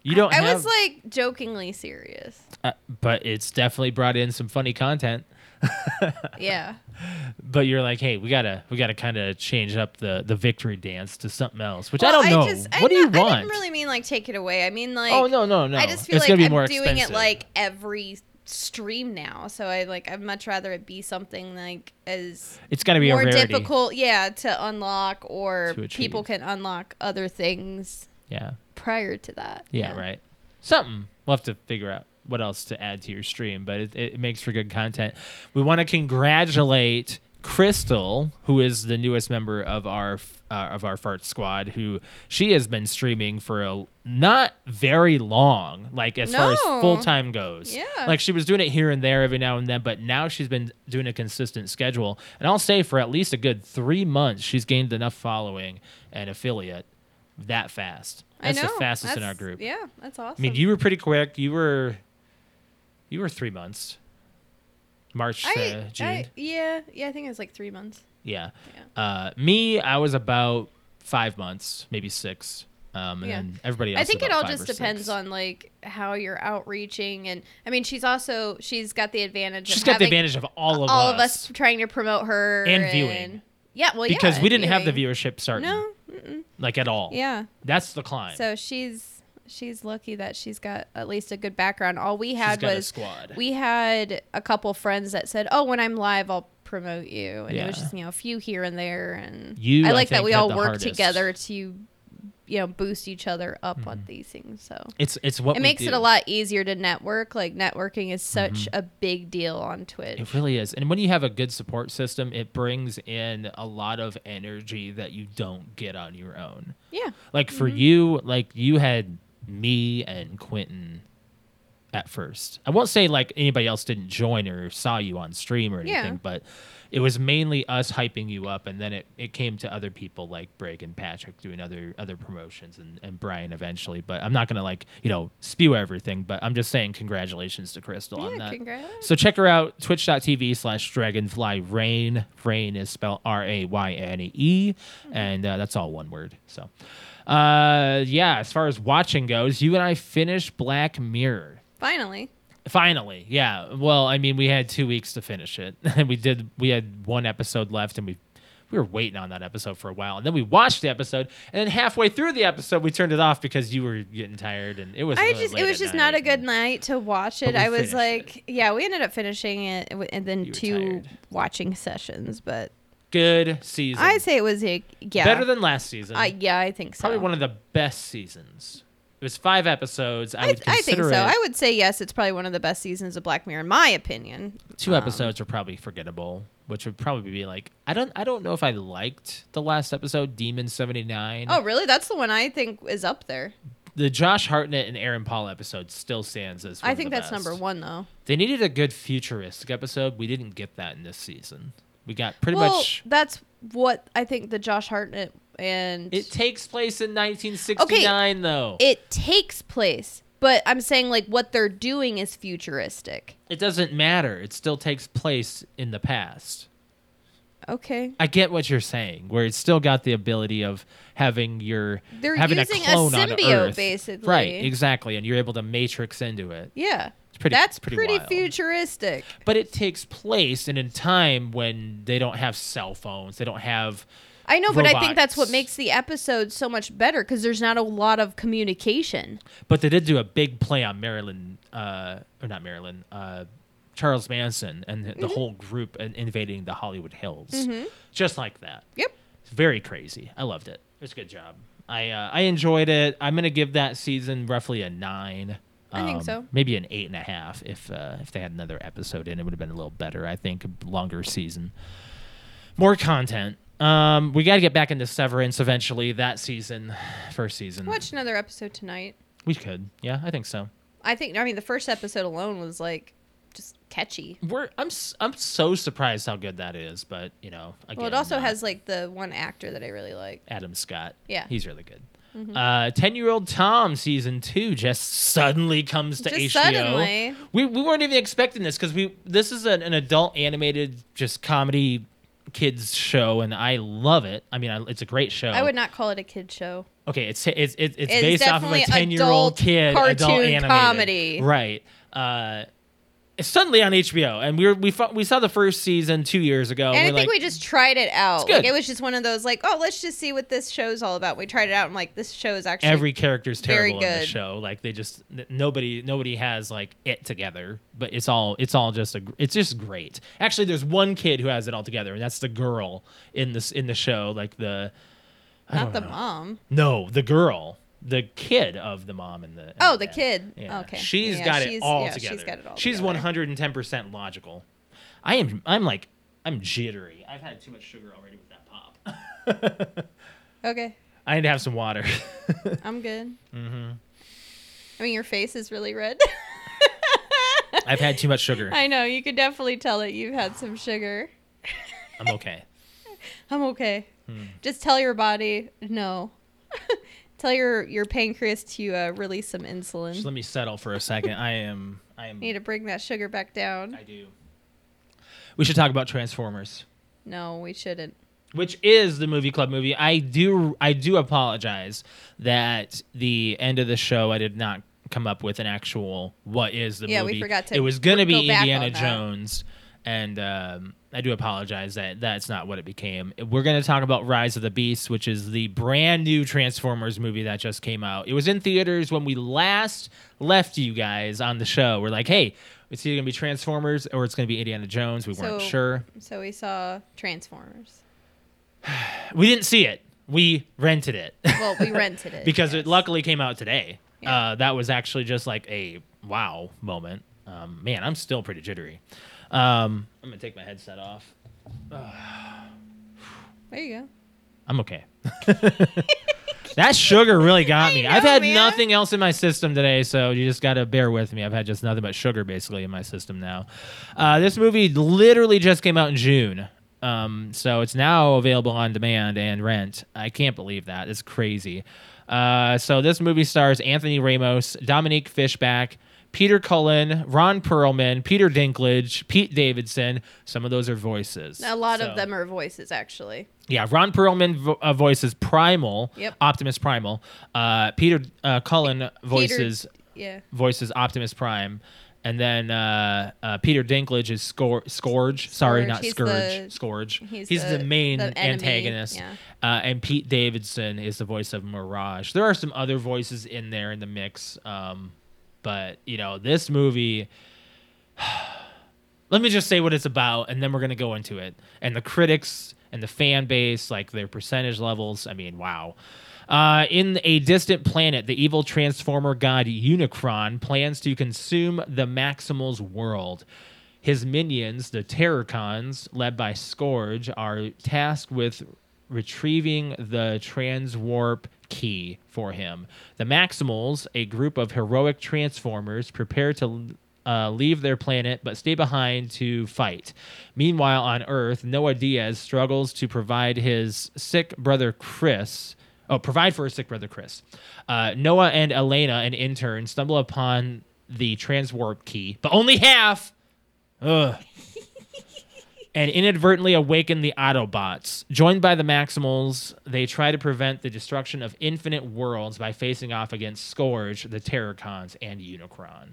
You don't I have was like jokingly serious. Uh, but it's definitely brought in some funny content. Yeah. But you're like, hey, we gotta we gotta kind of change up the the victory dance to something else, which Well, I don't know. I what do you not- want? I didn't really mean like take it away. I mean like oh no no no! I just feel it's like gonna be I'm more doing expensive. it like every stream now. So I like I'd much rather it be something like as it's gotta be a more rarity. difficult, yeah, to unlock or To achieve. people can unlock other things Yeah. prior to that. Yeah, right. Something we'll have to figure out what else to add to your stream, but it, it makes for good content. We want to congratulate Crystal, who is the newest member of our f- uh, of our fart squad, who she has been streaming for a not very long, like as far as No. full time goes. Yeah. like she was doing it here and there every now and then, but now she's been doing a consistent schedule, and I'll say for at least a good three months, she's gained enough following and affiliate that fast. That's I know. the fastest in That's- our group. Yeah, that's awesome. I mean, you were pretty quick. You were, you were three months. March I, to June. I- yeah, yeah, I think it was like three months. yeah. Yeah. Uh, me, I was about five months, maybe six. Um, and Yeah. then everybody else. I think about it all five just or six. depends on like how you're outreaching, and I mean, she's also she's got the advantage. She's of got the having advantage of all of all us. of us trying to promote her And viewing. Yeah, well, yeah, Because we didn't have the viewing. viewership starting, No, mm-mm. like at all. yeah. That's the climb. So she's she's lucky that she's got at least a good background. All we She's had got a was squad. we had a couple friends that said, "Oh, when I'm live, I'll promote you," and it was Yeah. just you know a few here and there. And You, I I like that think, we had all the work hardest. together to you know boost each other up Mm-hmm. on these things. So it's it's what it we makes it do. Mm-hmm. a lot easier to network. Like networking is such a big deal on Twitch. It really is. And when you have a good support system, it brings in a lot of energy that you don't get on your own. yeah, Like for Mm-hmm. you, like you had me and Quentin at first. I won't say like anybody else didn't join or saw you on stream or anything, Yeah. but it was mainly us hyping you up and then it, it came to other people like Brig and Patrick doing other other promotions and, and Brian eventually. But I'm not gonna like, you know, spew everything, but I'm just saying congratulations to Crystal on yeah. that. Congrats. So check her out, twitch.tv slash dragonfly rain. Rain is spelled R A Y N E, and uh, that's all one word. So, uh, yeah, as far as watching goes, you and I finished Black Mirror. Finally, Finally, yeah. Well, I mean, we had two weeks to finish it, and we did. We had one episode left, and we we were waiting on that episode for a while, and then we watched the episode, and then halfway through the episode, we turned it off because you were getting tired, and it was. I really just it late was at just night, not a good and- night to watch But it. we I was finished like, yeah, we ended up finishing it, w- and then You were two tired. watching sessions. But Good season. I say it was a yeah, Better than last season. I, yeah, I think so. probably one of the best seasons. It was five episodes. I, I, would I think consider so. it. I would say yes. It's probably one of the best seasons of Black Mirror, in my opinion. two Um, episodes are probably forgettable, which would probably be like I don't I don't know if I liked the last episode, Demon seventy nine. Oh, really? That's the one I think is up there. the Josh Hartnett and Aaron Paul episode still stands as. One I of think the that's best. number one, though. They needed a good futuristic episode. We didn't get that in this season. We got pretty well, much. that's what I think the Josh Hartnett and It takes place in nineteen sixty nine though. it takes place, but I'm saying like what they're doing is futuristic. it doesn't matter. It still takes place in the past. Okay. I get what you're saying, where it's still got the ability of having your They're having using a a clone symbiote, on Earth, basically. Right, exactly, and you're able to matrix into it. Yeah. It's pretty. That's pretty, pretty, wild. futuristic. But it takes place in a time when they don't have cell phones. They don't have. I know, but I think that's what Robots. makes the episode so much better because there's not a lot of communication. But they did do a big play on Marilyn, uh, or not Marilyn, uh, Charles Manson and Mm-hmm. the whole group and invading the Hollywood Hills, just like that. Yep. It's very crazy. I loved it. It was a good job. I uh, I enjoyed it. I'm gonna give that season roughly a nine. Um, I think so. Maybe an eight and a half. If uh, if they had another episode in, it would have been a little better. I think a longer season, more content. Um, we got to get back into Severance eventually. That season, first season. Watch another episode tonight. We could. Yeah, I think so. I think. I mean, the first episode alone was like just catchy. We're I'm s- I'm so surprised how good that is, but you know, again, Well, it also not- has like the one actor that I really like. Adam Scott. Yeah. Mm-hmm. He's really good. Uh, 10 year old Tom season two just suddenly comes to Just HBO. suddenly. We, we weren't even expecting this because we this is an, an adult animated just comedy kids show and I love it. I mean, I, it's a great show. I would not call it a kid show. Okay, it's it's it's, it's It's based off of a definitely ten year old adult kid adult cartoon animated. comedy. right? Uh, it's suddenly on HBO, and we were, we fo- we saw the first season two years ago. and I we're like, think we just tried it out. good. Like it was just one of those like, oh, let's just see what this show's all about. We tried it out and like this show is actually every character's very terrible in the good. show. Like they just n- nobody nobody has like it together. But it's all it's all just a gr- it's just great. Actually, there's one kid who has it all together, and that's the girl in this in the show. Like the I not don't the know. mom. No, the girl. the kid of the mom and the. and Oh, the dad. kid. Yeah. Okay. She's Yeah, got it she's- all yeah, together. She's got it all She's together. 110% logical. I am I'm like I'm jittery. I've had too much sugar already with that pop. Okay. I need to have some water. I'm good. hmm I mean, your face is really red. I've had too much sugar. I know. You could definitely tell that you've had some sugar. I'm okay. I'm okay. Hmm. Just tell your body no. tell your your pancreas to uh, release some insulin. Just let me settle for a second. I am I am Need to bring that sugar back down. I do. We should talk about Transformers, No, we shouldn't. which is the movie club movie. I do I do apologize that the end of the show I did not come up with an actual what is the Yeah, we movie. forgot to It was going to be go back Indiana on that. Jones and um I do apologize that that's not what it became. We're going to talk about Rise of the Beast, which is the brand new Transformers movie that just came out. It was in theaters when we last left you guys on the show. We're like, "Hey, it's either going to be Transformers or it's going to be Indiana Jones." We weren't So- sure. So we saw Transformers. We didn't see it. We rented it Well, we rented it because yes. it luckily came out today. Yeah. Uh, that was actually just like a wow moment. Um, man, I'm still pretty jittery. Um, I'm gonna take my headset off. There you go. I'm okay. that sugar really got me. I I've know, had man. nothing else in my system today, so you just got to bear with me. I've had just nothing but sugar basically in my system now. Uh, this movie literally just came out in June. Um, so it's now available on demand and rent. I can't believe that. It's crazy. Uh, so this movie stars Anthony Ramos, Dominique Fishback, Peter Cullen, Ron Perlman, Peter Dinklage, Pete Davidson. Some of those are voices. A lot So- of them are voices, actually. yeah, Ron Perlman vo- uh, voices Primal, Yep. Optimus Primal. Uh, Peter uh, Cullen voices Yeah. voices Optimus Prime, and then uh, uh, Peter Dinklage is Scor- Scourge. Sorry, Scourge, not he's Scourge. the- Scourge. He's, he's the, the- main the enemy, antagonist. yeah. Uh, and Pete Davidson is the voice of Mirage. There are some other voices in there in the mix, um, but you know this movie. Let me just say what it's about, and then we're gonna go into it. And the critics and the fan base, like their percentage levels. I mean, wow. Uh, in a distant planet, the evil transformer god Unicron plans to consume the Maximal's world. His minions, the Terracons, led by Scourge, are tasked with retrieving the transwarp key for him. The Maximals, a group of heroic transformers, prepare to uh, leave their planet but stay behind to fight. Meanwhile, on Earth, Noah Diaz struggles to provide his sick brother Chris. Oh, provide for his sick brother Chris. Uh, Noah and Elena, an intern, stumble upon the transwarp key, but only half. Ugh and inadvertently awaken the Autobots. Joined by the Maximals, they try to prevent the destruction of infinite worlds by facing off against Scourge, the Terracons, and Unicron.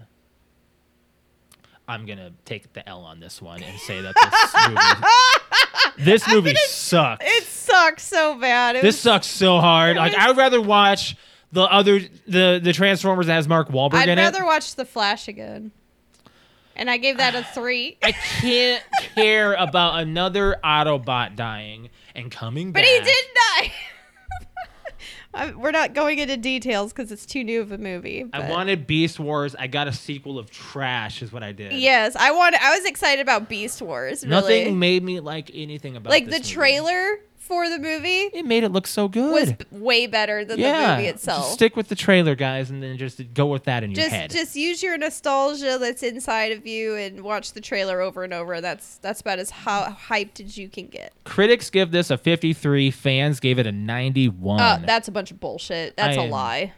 I'm gonna take the L on this one and say that this movie, this movie sucks. It sucks so bad. It This was- sucks so hard. Like was- I would rather watch the other the the Transformers that has Mark Wahlberg I'd in rather it. watch The Flash again. And I gave that a three. I can't care about another Autobot dying and coming But back. he did die. I- We're not going into details because it's too new of a movie. I but- wanted Beast Wars. I got a sequel of Trash, is what I did. Yes, I want. I was excited about Beast Wars. Really. Nothing made me like anything about like this the movie. trailer for the movie It made it look so good. was b- way better than yeah. the movie Just itself. stick with the trailer, guys, and then just go with that in your just, head. just use your nostalgia that's inside of you and watch the trailer over and over. That's that's about as how hyped as you can get. Critics give this a 53. Fans gave it a 91. Uh, that's a bunch of bullshit. That's Oh, I a am- lie.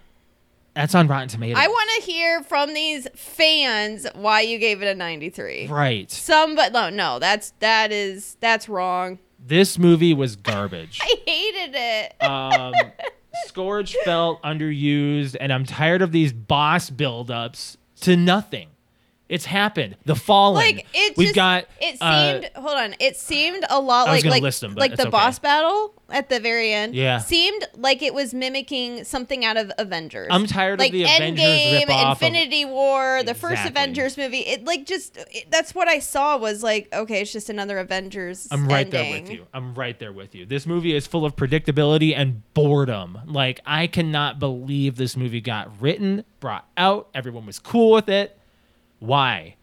That's on Rotten Tomatoes. I want to hear from these fans why you gave it a 93. Right. Some, but no, no, that's that is that's wrong. This movie was garbage. I hated it. um, Scourge felt underused, and I'm tired of these boss buildups to nothing. It's happened. The Fallen. Like it We've just, got. it uh, seemed hold on. It seemed a lot I was like gonna like, list 'em, but like it's the okay. boss battle at the very end. Yeah. Seemed like it was mimicking something out of Avengers. I'm tired of like the Avengers Endgame, ripoff of- Infinity War, the first Exactly. Avengers movie. It like just it, that's what I saw was like, okay, it's just another Avengers. I'm right there ending. with you. I'm right there with you. This movie is full of predictability and boredom. Like I cannot believe this movie got written, brought out. Everyone was cool with it. Why?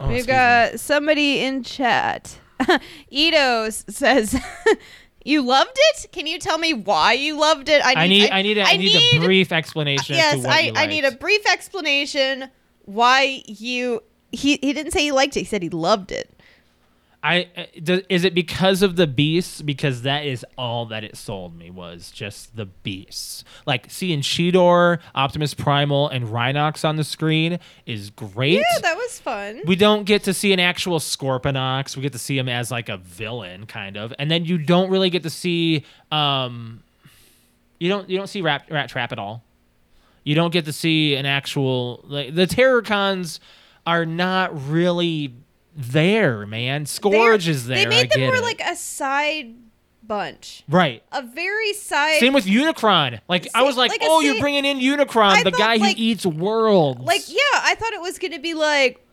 Oh, We've excuse me. got somebody in chat. Ito s- says, "You loved it. Can you tell me why you loved it? I need. I need. A, I need, a brief explanation. as to Yes, what I, you I need a liked. brief explanation why you. He he didn't say he liked it. He said he loved it. I uh, do, is it because of the beasts? Because that is all that it sold me was just the beasts. Like seeing Cheetor, Optimus Primal, and Rhinox on the screen is great. Yeah, that was fun. we don't get to see an actual Scorponox. We get to see him as like a villain, kind of, and then you don't really get to see. Um, you don't you don't see Rat, Rat Trap at all. You don't get to see an actual like the Terrorcons are not really there, man. Scourge They're- is there. They I made them get more it. like a side bunch, right. a very side. Same with Unicron. Like I Sa- was like, like a oh, you're sa- bringing in Unicron, I the thought, guy like- who eats worlds. like yeah, I thought it was gonna be like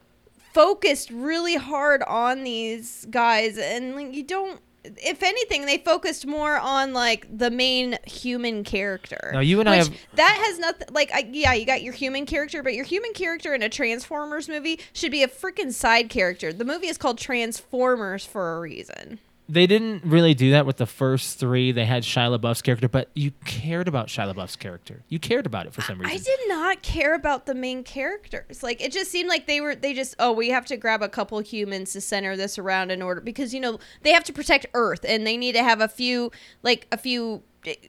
focused really hard on these guys, and like, you don't. If anything, they focused more on like the main human character. Now, you and I which have- that has nothing. Like, I, yeah, you got your human character, but your human character in a Transformers movie should be a freaking side character. The movie is called Transformers for a reason. they didn't really do that with the first three. They had Shia LaBeouf's character, but you cared about Shia LaBeouf's character. You cared about it for some reason. I did not care about the main characters. Like it just seemed like they were they just oh we have to grab a couple humans to center this around in order because you know they have to protect Earth and they need to have a few like a few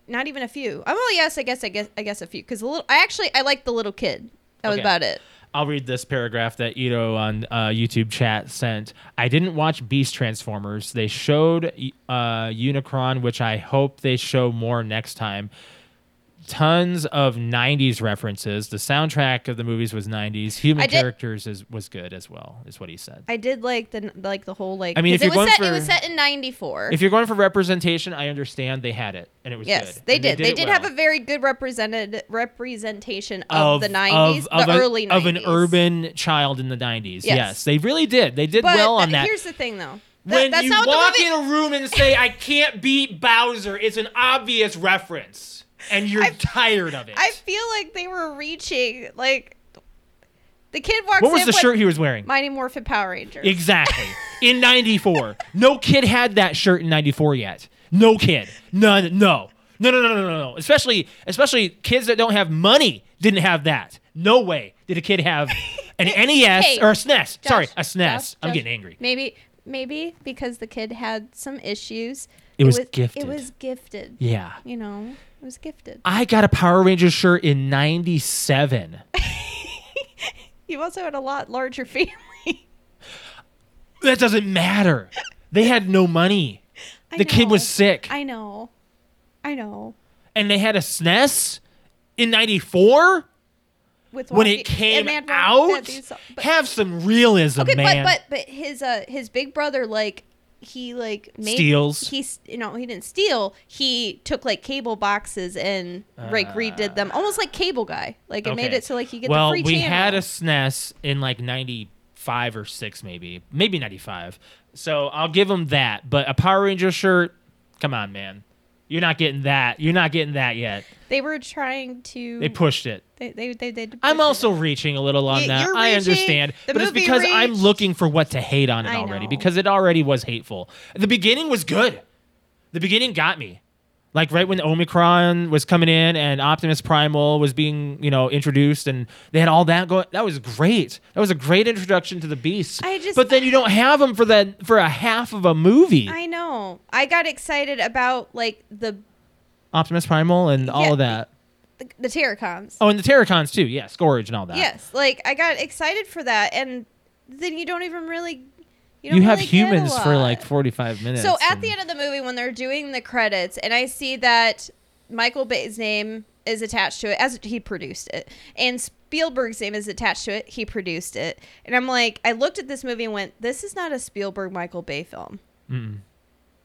not even a few. I'm well yes I guess I guess I guess a few because a little I actually I liked the little kid. That was Okay. about it. I'll read this paragraph that Ito on uh, YouTube chat sent. I didn't watch Beast Transformers. They showed uh, Unicron, which I hope they show more next time. Tons of '90s references. The soundtrack of the movies was '90s. Human I did- characters is, was good as well, is what he said. I did like the like the whole like I mean, 'cause if it you're was going set it for- was set in 94. If you're going for representation, I understand they had it and it was Yes, good. they And did. They did, it have well. a very good represented representation of, the of- 90s, of the a- early 90s. of an urban child in the 90s. Yes. Yes, they really did. They did well on th- that. Here's the thing, though. That- when that's you not what the walk movie- in a room and say, "I can't beat Bowser," it's an obvious reference, and you're I've- tired of it. I feel like they were reaching. Like the kid walks. what was in the with shirt he was wearing? Mighty Morphin Power Rangers. Exactly. In 94. No kid had that shirt in 94 yet. No kid. None. No. No, no, no, no, no, no. Especially, especially kids that don't have money didn't have that. No way did a kid have an NES Hey, or a SNES. Sorry, Josh, a SNES. Josh, I'm Josh, getting angry. Maybe, maybe because the kid had some issues. It was gifted. It was gifted. Yeah. You know, it was gifted. I got a Power Rangers shirt in 97. You also had a lot larger family. That doesn't matter. They had no money. I The kid know. was sick. I know. I know. and they had a SNES in 94? With when Walkie- it came and they had one- they out, had these- but- have some realism, Okay, man. but but but his uh his big brother like he like made Steals. he s- you know he didn't steal he took like cable boxes and like redid them almost like cable guy like it made Uh, Okay. it so like you get well, the free we channel. had a SNES in like '95 or six, maybe, maybe '95. So I'll give them that. But a Power Ranger shirt, come on, man, you're not getting that. You're not getting that yet. they were trying to They pushed it. they they they, they I'm pushed it. also reaching a little on You- that. you're I reaching. understand, The but it's movie because I'm reached. looking for what to hate on it I already know. because it already was hateful. The beginning was good. The beginning got me. Like right when Omicron was coming in and Optimus Primal was being, you know, introduced and they had all that going. That was great. That was a great introduction to the beast. I just- But then you don't have them for that for a half of a movie. I know I got excited about like the Optimus Primal and all Yeah. of that. the, the Terracons Oh, and the Terracons too. Yeah, Scourge and all that. yes like I got excited for that and then you don't even really you, don't You have really get a humans for lot. like 45 minutes. So at and- the end of the movie, when they're doing the credits, and I see that Michael Bay's name is attached to it as he produced it and spielberg's name is attached to it he produced it and i'm like i looked at this movie and went this is not a spielberg michael bay film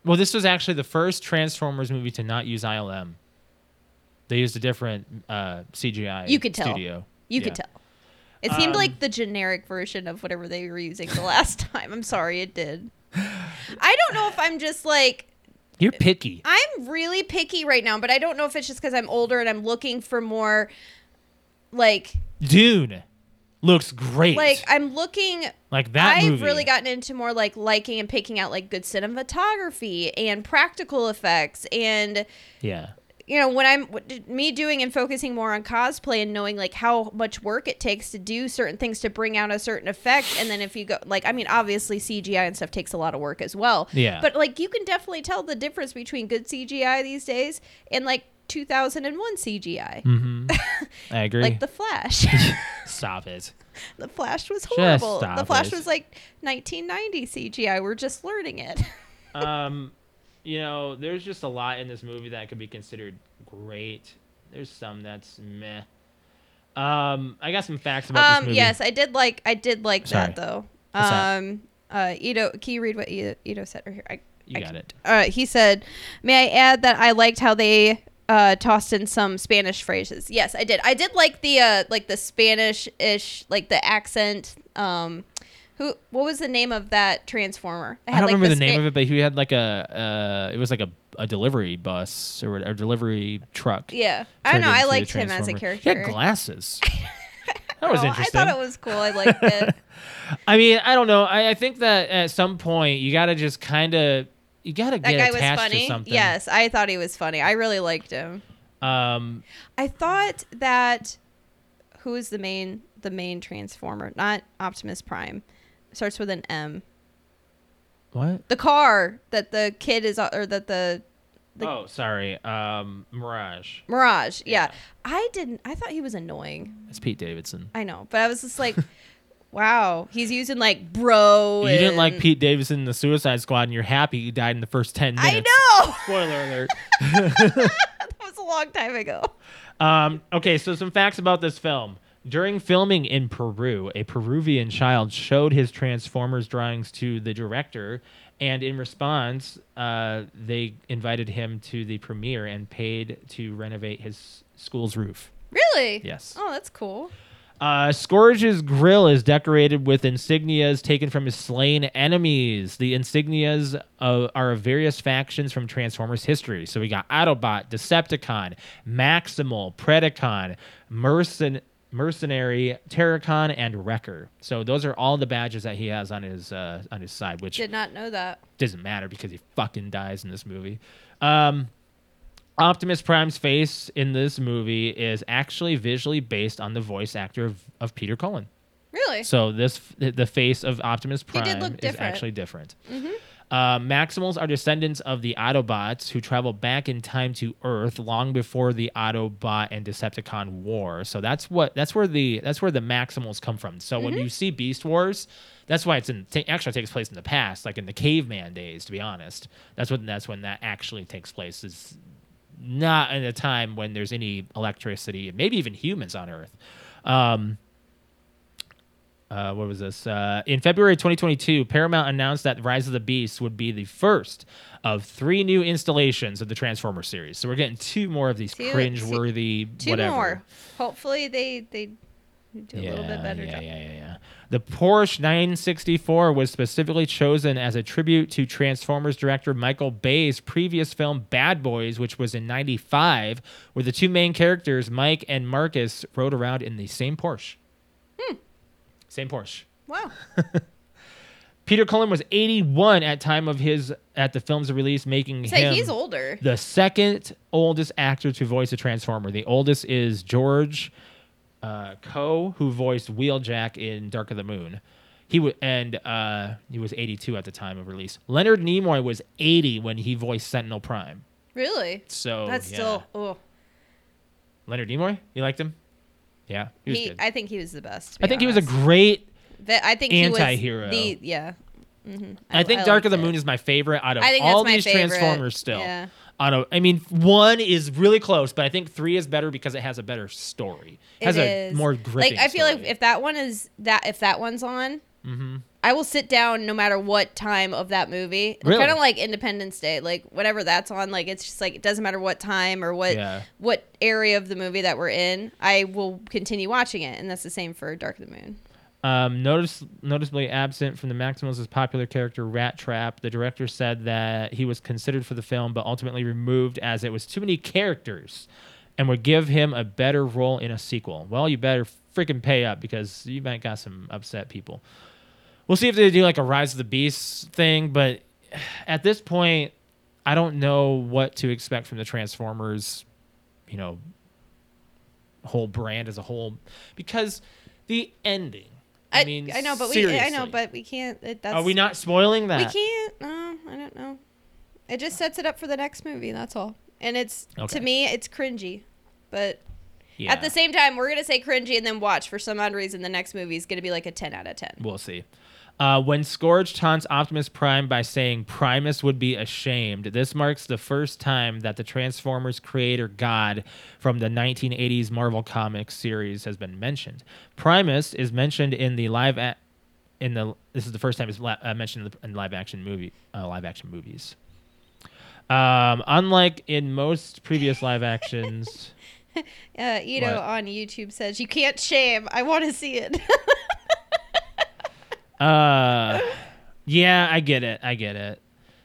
Well, this was actually the first Transformers movie to not use ILM. They used a different uh, CGI. You could tell. Studio. you Yeah. could tell it seemed like the generic version of whatever they were using the last time i'm sorry it did i don't know if i'm just like You're picky. I'm really picky right now, but I don't know if it's just because I'm older and I'm looking for more, like, Dune looks great. like I'm looking. Like that I've movie. really gotten into more like liking and picking out like good cinematography and practical effects, and yeah. you know when I'm w- me doing and focusing more on cosplay and knowing like how much work it takes to do certain things to bring out a certain effect, and then if you go like I mean obviously CGI and stuff takes a lot of work as well, Yeah. But like you can definitely tell the difference between good CGI these days and like 2001 CGI. Mm, Mm-hmm. I agree. Like the Flash. Stop it. the Flash was horrible. stop The Flash it. was like 1990 CGI. We're just learning it. um, you know, there's just a lot in this movie that could be considered great. There's some that's meh. Um, I got some facts about this Um movie. yes, I did like I did like Sorry. that though. What's that? um uh Ito, can you read what Ito, Ito said right here? I You I got it. uh, he said, "May I add that I liked how they uh, tossed in some Spanish phrases." Yes, I did. I did like the uh, like the Spanish-ish, like the accent. Um, who? What was the name of that transformer? I don't remember the, name of it, but he had like a uh, it was like a, a delivery bus or a delivery truck. Yeah, I don't turned know. I into liked him as a Transformer. character. He had glasses. that was Oh, I interesting. thought it was cool. I liked it. I mean, I don't know. I, I think that at some point you gotta just kind of you gotta That get guy was attached to funny. something. Yes, I thought he was funny. I really liked him. Um, I thought that who is the main the main transformer? Not Optimus Prime. Starts with an M. what? The car that the kid is uh, or that the The- oh, sorry. Um, Mirage. Mirage. Yeah. Yeah. I didn't I thought he was annoying. That's Pete Davidson. I know, but I was just like wow, he's using like bro You didn't like and- Pete Davidson in the Suicide Squad, and you're happy you died in the first ten I minutes. know. Spoiler alert. that was a long time ago. Um, okay, so some facts about this film. During filming in Peru, a Peruvian child showed his Transformers drawings to the director, and in response, uh, they invited him to the premiere and paid to renovate his school's roof. Really? Yes. Oh, that's cool. Uh, Scourge's grill is decorated with insignias taken from his slain enemies. The insignias uh, are of various factions from Transformers history. So we got Autobot, Decepticon, Maximal, Predacon, Mercen- Mercenary, Terracon, and Wrecker. So those are all the badges that he has on his uh, on his side, which Did not know that. doesn't matter because he fucking dies in this movie. Um, Optimus Prime's face in this movie is actually visually based on the voice actor of, of Peter Cullen. Really? So this the the face of Optimus He Prime did look is different. Mm-hmm. actually different. Uh, Maximals are descendants of the Autobots who travel back in time to Earth long before the Autobot and Decepticon war. So that's what that's where the that's where the Maximals come from. So Mm-hmm. when you see Beast Wars, that's why it's in ta- actually takes place in the past, like in the caveman days. To be honest, that's when that's when that actually takes place. Is not in a time when there's any electricity and maybe even humans on Earth. Um, uh, what was this? Uh, in February 2022, Paramount announced that Rise of the Beasts would be the first of three new installations of the Transformer series. So we're getting two more of these Two- cringe-worthy Two whatever. more. Hopefully they they do a little bit better yeah, job. Yeah, yeah, yeah. The Porsche 964 was specifically chosen as a tribute to Transformers director Michael Bay's previous film Bad Boys, which was in 95, where the two main characters, Mike and Marcus, rode around in the same Porsche. Hmm. Same Porsche. Wow. Peter Cullen was 81 at time of his at the film's release, making So him he's older. the second oldest actor to voice a Transformer. The oldest is George uh, Coe, who voiced Wheeljack in Dark of the Moon. He w- and uh, he was 82 at the time of release. Leonard Nimoy was 80 when he voiced Sentinel Prime. Really? So That's yeah. still oh Leonard Nimoy. You liked him? Yeah, he was he, good. I, I think he was the best. to be think he was a honest. great. That- I think anti-hero. He was the yeah. Mhm. I, think Dark liked of the it. Moon is my favorite out of I think all that's my these favorite. Transformers. Still, Yeah. on a. I mean, one is really close, but I think three is better because it has a better story. It has It a is. more gripping. Like I feel like story. Mm-hmm. if that one is that if that one's on, I will sit down no matter what time of that movie. Really? Kind of like Independence Day, like whenever that's on, like it's just like it doesn't matter what time or what Yeah. what area of the movie that we're in, I will continue watching it, and that's the same for Dark of the Moon. Um, notice, noticeably absent from the Maximals is popular character Rat Trap. The director said that he was considered for the film, but ultimately removed as it was too many characters, and would give him a better role in a sequel. Well, you better freaking pay up because you might got some upset people. We'll see if they do like a Rise of the Beast thing, but at this point, I don't know what to expect from the Transformers. You know, whole brand as a whole, because the ending. I, mean, I know, but we I know, seriously. but we can't. It, that's, Are we not spoiling that? We can't. No, I don't know. It just sets it up for the next movie. That's all. And it's Okay. to me, it's cringy, but Yeah, At the same time, we're gonna say cringy and then watch for some odd reason the next movie is gonna be like a ten out of ten. we'll see. Uh, when Scourge taunts Optimus Prime by saying Primus would be ashamed, this marks the first time that the Transformers creator god from the 1980s Marvel Comics series has been mentioned. Primus is mentioned in the live a- in the this is the first time it's la- uh, mentioned in the- in live action movie uh, live action movies. Um, unlike in most previous live actions. Uh, Ito What? on YouTube says you can't shame. I want to see it. Uh, yeah, I get it. I get it.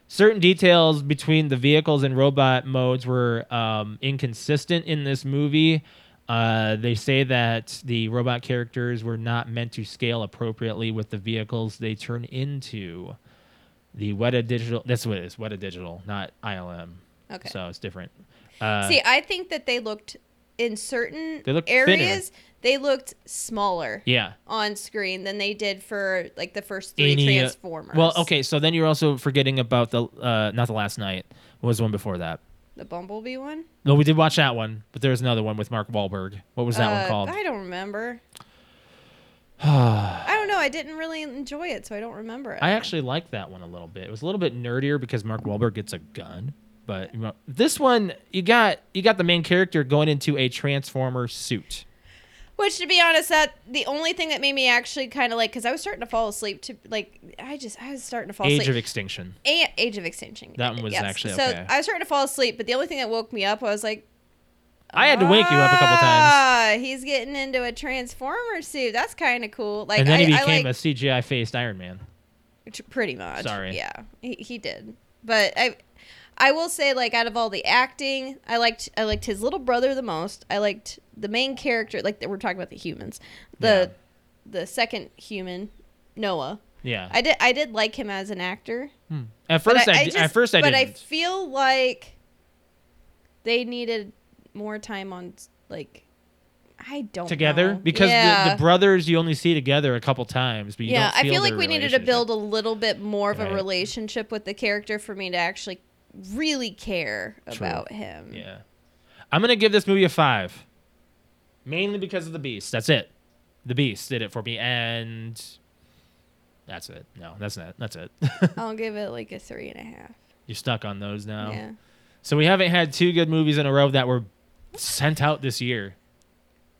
Certain details between the vehicles and robot modes were um, inconsistent in this movie. Uh, they say that the robot characters were not meant to scale appropriately with the vehicles they turn into. The Weta Digital, that's what it is, Weta Digital, not ILM. Okay. So it's different. Uh, see, I think that they looked in certain They looked thinner. areas they looked smaller yeah. on screen than they did for like the first three Any- uh, Transformers. Well, okay, so then you're also forgetting about the, uh, not the last night, what was the one before that? The Bumblebee one. No, we did watch that one, but there was another one with Mark Wahlberg. What was that Uh, one called? I don't remember. I don't know. I didn't really enjoy it, so I don't remember it. I actually liked that one a little bit. It was a little bit nerdier because Mark Wahlberg gets a gun, but you know, this one you got you got the main character going into a transformer suit. Which, to be honest, that the only thing that made me actually kind of like, because I was starting to fall asleep. To like, I just I was starting to fall Age asleep. of Extinction. A- Age of Extinction. That one was actually so. okay. I was starting to fall asleep, but the only thing that woke me up, I was like, I had to wake you up a couple times, Ah, he's getting into a transformer suit. That's kind of cool. Like, and then I, he became I, like, a CGI faced Iron Man. T- pretty much Sorry. yeah he, he did but i i will say like out of all the acting i liked i liked his little brother the most i liked the main character like we're talking about the humans the the second human noah Yeah. Hmm. i did i did like him as an actor at first, I, I di- just- at first I but didn't. i feel like they needed more time on like i don't together know. because the, Yeah. the brothers you only see together a couple times, but you yeah, don't I feel feel like their we needed to relationship. build a little bit more of Right. a relationship with the character for me to actually really care True. about him. Yeah. I'm going to give this movie a five. Mainly because of the Beast. That's it. The Beast did it for me. And that's it. No, that's not. That's it. I'll give it like a three and a half. You're stuck on those now. Yeah. So we haven't had two good movies in a row that were sent out this year.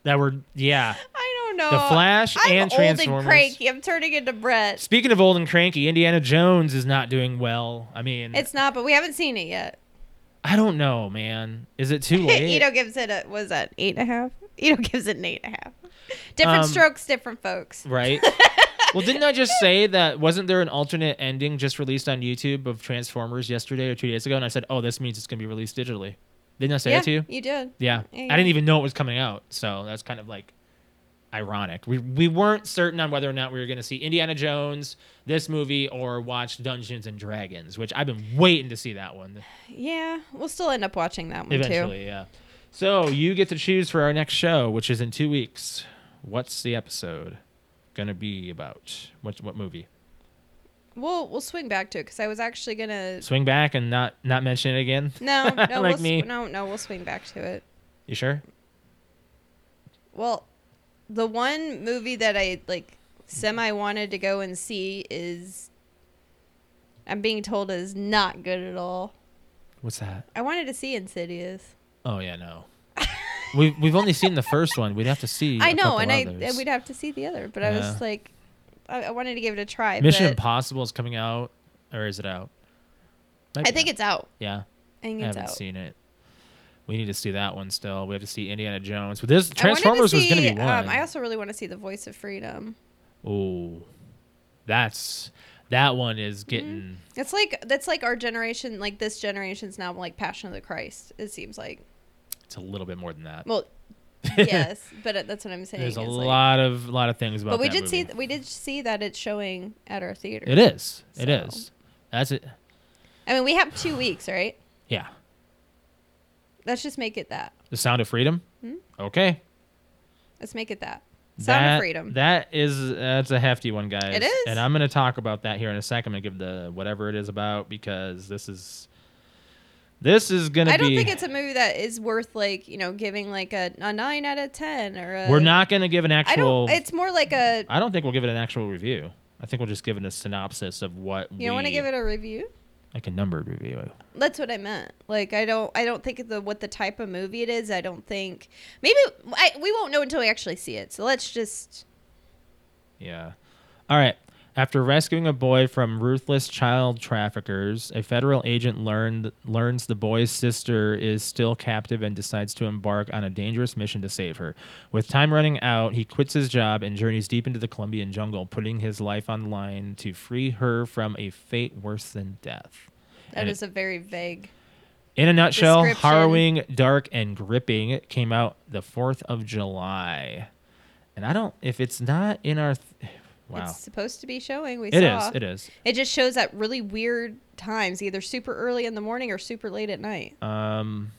That were, yeah. I don't know. The Flash I'm and old and Transformers. cranky. I'm turning into Brett. Speaking of old and cranky, Indiana Jones is not doing well. I mean, It's not, but we haven't seen it yet. I don't know, man. Is it too late? Ito gives it a was that eight and a half? Ito gives it an eight and a half. Different Um, strokes, different folks. Right. well, didn't I just say that wasn't there an alternate ending just released on YouTube of Transformers yesterday or two days ago? And I said, oh, this means it's going to be released digitally. Didn't I say yeah, that to you? did. Yeah. I Yeah, yeah. didn't even know it was coming out. So that's kind of like ironic. We, we weren't certain on whether or not we were going to see Indiana Jones, this movie, or watch Dungeons and Dragons, which I've been waiting to see that one Yeah, we'll still end up watching that one eventually. Yeah. So you get to choose for our next show, which is in two weeks. What's the episode going to be about? What, what movie? too. We'll we'll swing back to it because I was actually gonna. swing back and not not mention it again? No, no, we'll Like s- me. no, no, we'll swing back to it. You sure? Well, the one movie that I like semi wanted to go and see is I'm being told is not good at all. What's that? I wanted to see Insidious. Oh yeah, no. we we've only seen the first one. We'd have to see. I a know, couple and I others. and we'd have to see the other, but I Yeah. was like, I, I wanted to give it a try. Mission but Impossible is coming out, or is it out? Might I be think out. it's out. yeah. I think I it's haven't out. seen it. We need to see that one still. We have to see Indiana Jones. But this I wanted to Transformers was going to see, be one. Um, I also really want to see The Voice of Freedom. Ooh, that's that one Mm-hmm. is getting. It's like that's like our generation, like this generation's now like Passion of the Christ. It seems like. It's a little bit more than that. Well, yes, but it- that's what I'm saying. There's a is, like- lot of lot of things about. but we that did see movie. th- we did see that it's showing at our theater. It is. It So. is. That's it. I mean, we have two weeks, right? Yeah. Let's just make it that. The Sound of Freedom. Okay. Let's make it that. Hmm? Sound that, of Freedom. That is that's a hefty one, guys. It is. And I'm gonna talk about that here in a second. I'm gonna give the whatever it is about because this is this is gonna I don't be think it's a movie that is worth like you know giving like a, a nine out of ten or a. we're not gonna give an I actual don't. It's more like a. I don't think we'll give it an actual review. I think we'll just give it a synopsis of what You don't want to give it a review. like a numbered review. That's what I meant. Like I don't. I don't think the what the type of movie it is. I don't think. Maybe I, we won't know until we actually see it. So let's just. Yeah. All right. After rescuing a boy from ruthless child traffickers, a federal agent learned, learns the boy's sister is still captive and decides to embark on a dangerous mission to save her. With time running out, he quits his job and journeys deep into the Colombian jungle, putting his life on the line to free her from a fate worse than death. That And is a very vague. In a nutshell, Description. harrowing, dark, and gripping It came out the 4th of July. And I don't, if it's not in our. Th- wow. It's supposed to be showing. We It saw. is. It is. It just shows at really weird times, either super early in the morning or super late at night. Um,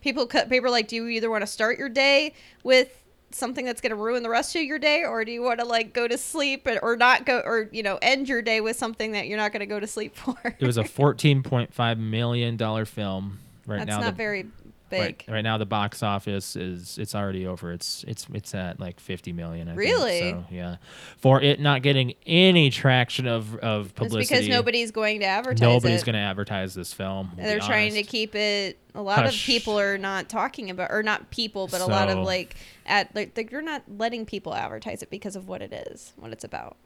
People cut paper like, do you either want to start your day with something that's going to ruin the rest of your day, or do you want to like go to sleep and, or not go, or you know, end your day with something that you're not going to go to sleep for? it was a fourteen point five million dollar film. Right that's now, not the, very right, uh, big. right now the box office is it's already over. It's it's it's at like fifty million. I think. Really? So, yeah. For it not getting any traction of of It's publicity, because nobody's going to advertise nobody's it. going to advertise this film. we'll They're be trying to honest. keep it. A lot Hush. of people are not talking about, or not people, but a lot of So- like at like they're not letting people advertise it because of what it is, what it's about.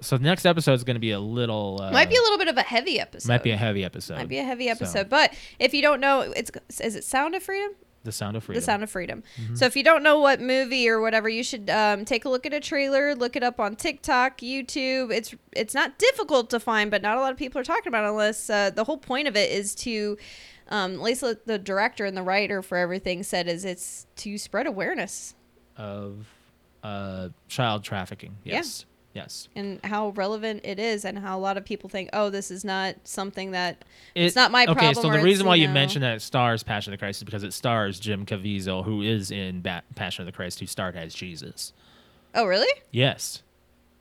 So the next episode is going to be a little uh, might be a little bit of a heavy episode. might be a heavy episode. Might be a heavy So- episode, but if you don't know, it's is it Sound of Freedom? the sound of freedom. Mm-hmm. The Sound of Freedom. So if you don't know what movie or whatever, you should um, take a look at a trailer, look it up on TikTok, YouTube. It's it's not difficult to find, but not a lot of people are talking about it unless uh, the whole point of it is to. Um, Lisa, the director and the writer for everything, said is it's to spread awareness of uh, child trafficking. Yeah. Yes. Yes. and how relevant it is, and how a lot of people think, oh, this is not something that It- It's not my Okay, problem so or the it's, reason why you you know- mentioned that it stars Passion of the Christ is because it stars Jim Caviezel, who is in ba- Passion of the Christ, who starred as Jesus. oh, really? Yes.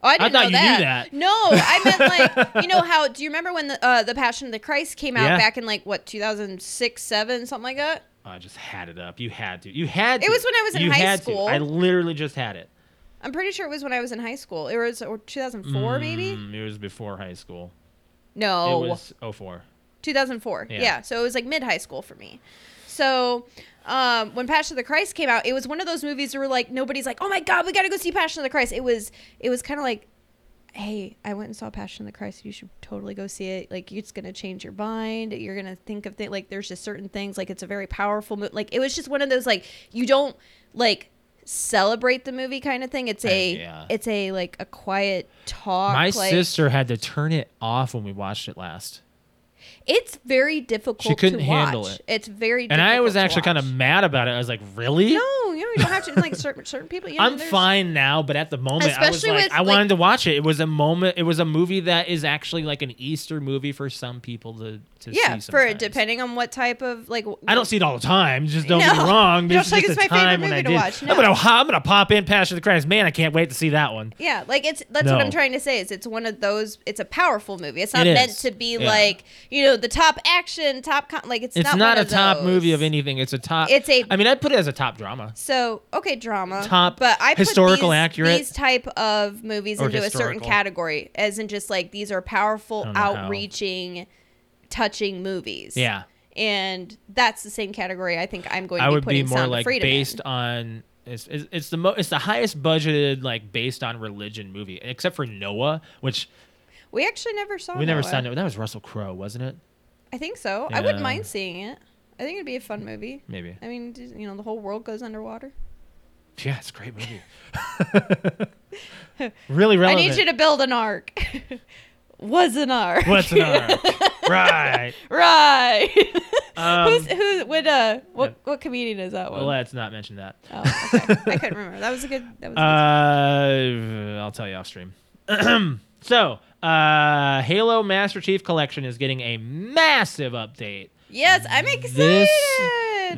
Oh, I, didn't thought know you that. knew that. No, I meant like you know how? Do you remember when the uh, the Passion of the Christ came out Yeah. back in like what 2006, seven, something like that? I just had it up. You had to. You had It to. was when I was in You high had to. school. I literally just had it. I'm pretty sure it was when I was in high school. It was or 2004 maybe. Oh. Mm, it was before high school. No, It was 04. 2004. Yeah. Yeah. so it was like mid high school for me. So um, when Passion of the Christ came out, it was one of those movies where like nobody's like, oh my god, we gotta go see Passion of the Christ. It was it was kind of like. Hey, I went and saw Passion of the Christ. You should totally go see it. Like, it's gonna change your mind. You're gonna think of things. Like, there's just certain things. Like, it's a very powerful movie. Like, it was just one of those like you don't like celebrate the movie kind of thing. It's a Uh, yeah. it's a like a quiet talk. My like, sister had to turn it off when we watched it last. it's very difficult. She couldn't to handle watch. it. It's very. And I difficult was to actually kind of watch. mad about it. I was like, really? No, you know, you don't have to. Like certain certain people. You know, I'm there's- fine now, but at the moment, Especially I was like, with, I like- wanted to watch it. It was a moment. It was a movie that is actually like an Easter movie for some people to to Yeah, see. for sometimes. depending on what type of like. I don't see it all the time. Just don't get me No. wrong. but Just it's like just it's a my favorite time when I movie to did. watch, I'm no. gonna ho- I'm gonna pop in Passion of the Christ. Man, I can't wait to see that one. Yeah, like it's that's what No. I'm trying to say is it's one of those. It's a powerful movie. It's not It meant is. to be Yeah. like you know the top action, top con- like it's, It's not, one a top those. movie of anything. It's a top. It's a- I mean, I'd put it as a top drama. So okay, drama Top, but I put historical these, accurate. these type of movies Or into a certain historical. category, as in just like these are powerful, I don't know how. outreaching, touching movies. Yeah. and that's the same category I think I'm going to I be would be putting more Sound of like Freedom in. based on it's, it's it's the mo- it's the highest budgeted like based on religion movie except for Noah, which We actually never saw. we never Noah. saw. Noah. That was Russell Crowe, wasn't it? I think so. I wouldn't Yeah. mind seeing it. I think it'd be a fun movie. Maybe. I mean, just, you know, the whole world goes underwater. Yeah, it's a great movie. really relevant. I need you to build an ark. Was an ark. What's an arc? right. right. Um, Who's who? Would uh, what what comedian is that one? let's not mention that. Oh, okay. I couldn't remember. That was a good. That was. a good Uh, I'll tell you off stream. so, uh, Halo Master Chief Collection is getting a massive update. yes, I'm excited.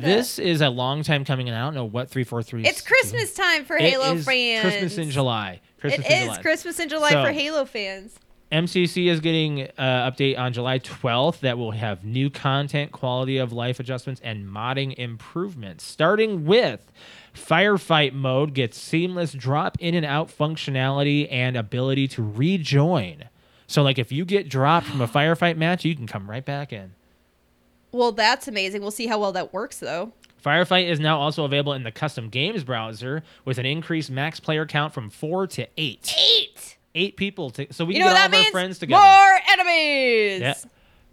This this is a long time coming, and I don't know what three four three. It's Christmas time for Halo fans. Christmas in July. Christmas it in is July. Christmas in July So- for Halo fans. MCC is getting an update on July 12th that will have new content, quality of life adjustments, and modding improvements. Starting with firefight mode gets seamless drop in and out functionality and ability to rejoin. So, like, if you get dropped from a firefight match, you can come right back in. Well, that's amazing. We'll see how well that works, though. Firefight is now also available in the custom games browser with an increased max player count from four to eight. Eight. Eight people, to, so we You can know what get all that of means? our friends together. More enemies. Yeah.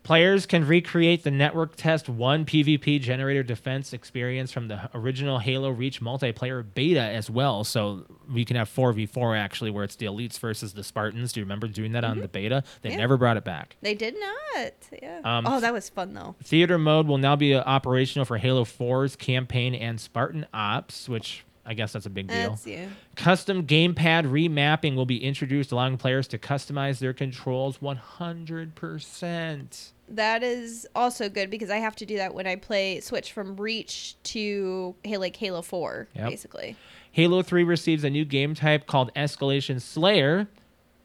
Players can recreate the network test one PvP generator defense experience from the original Halo Reach multiplayer beta as well. So we can have 4v4 actually, where it's the elites versus the Spartans. Do you remember doing that on the beta? They Mm-hmm. Yeah. never brought it back. They did not. Yeah. Um, oh, that was fun though. Theater mode will now be uh, operational for Halo 4's campaign and Spartan Ops, which I guess that's a big deal. That's yeah. Custom gamepad remapping will be introduced, allowing players to customize their controls 100%. That is also good because I have to do that when I play switch from Reach to hey, like Halo Four, Yep. basically. Halo 3 receives a new game type called Escalation Slayer.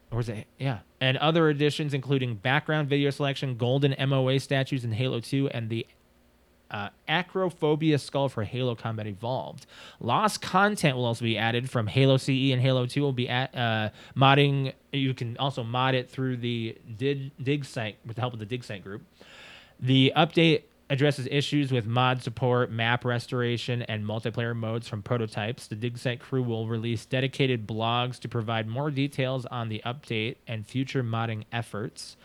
Or is it? Yeah. And other additions, including background video selection, golden MOA statues in Halo 2, and the uh, Acrophobia Skull for Halo Combat Evolved. Lost content will also be added from Halo CE and Halo 2 will be at, uh, modding. You can also mod it through the dig, dig site with the help of the dig site group. The update addresses issues with mod support, map restoration, and multiplayer modes from prototypes. The DigSite crew will release dedicated blogs to provide more details on the update and future modding efforts.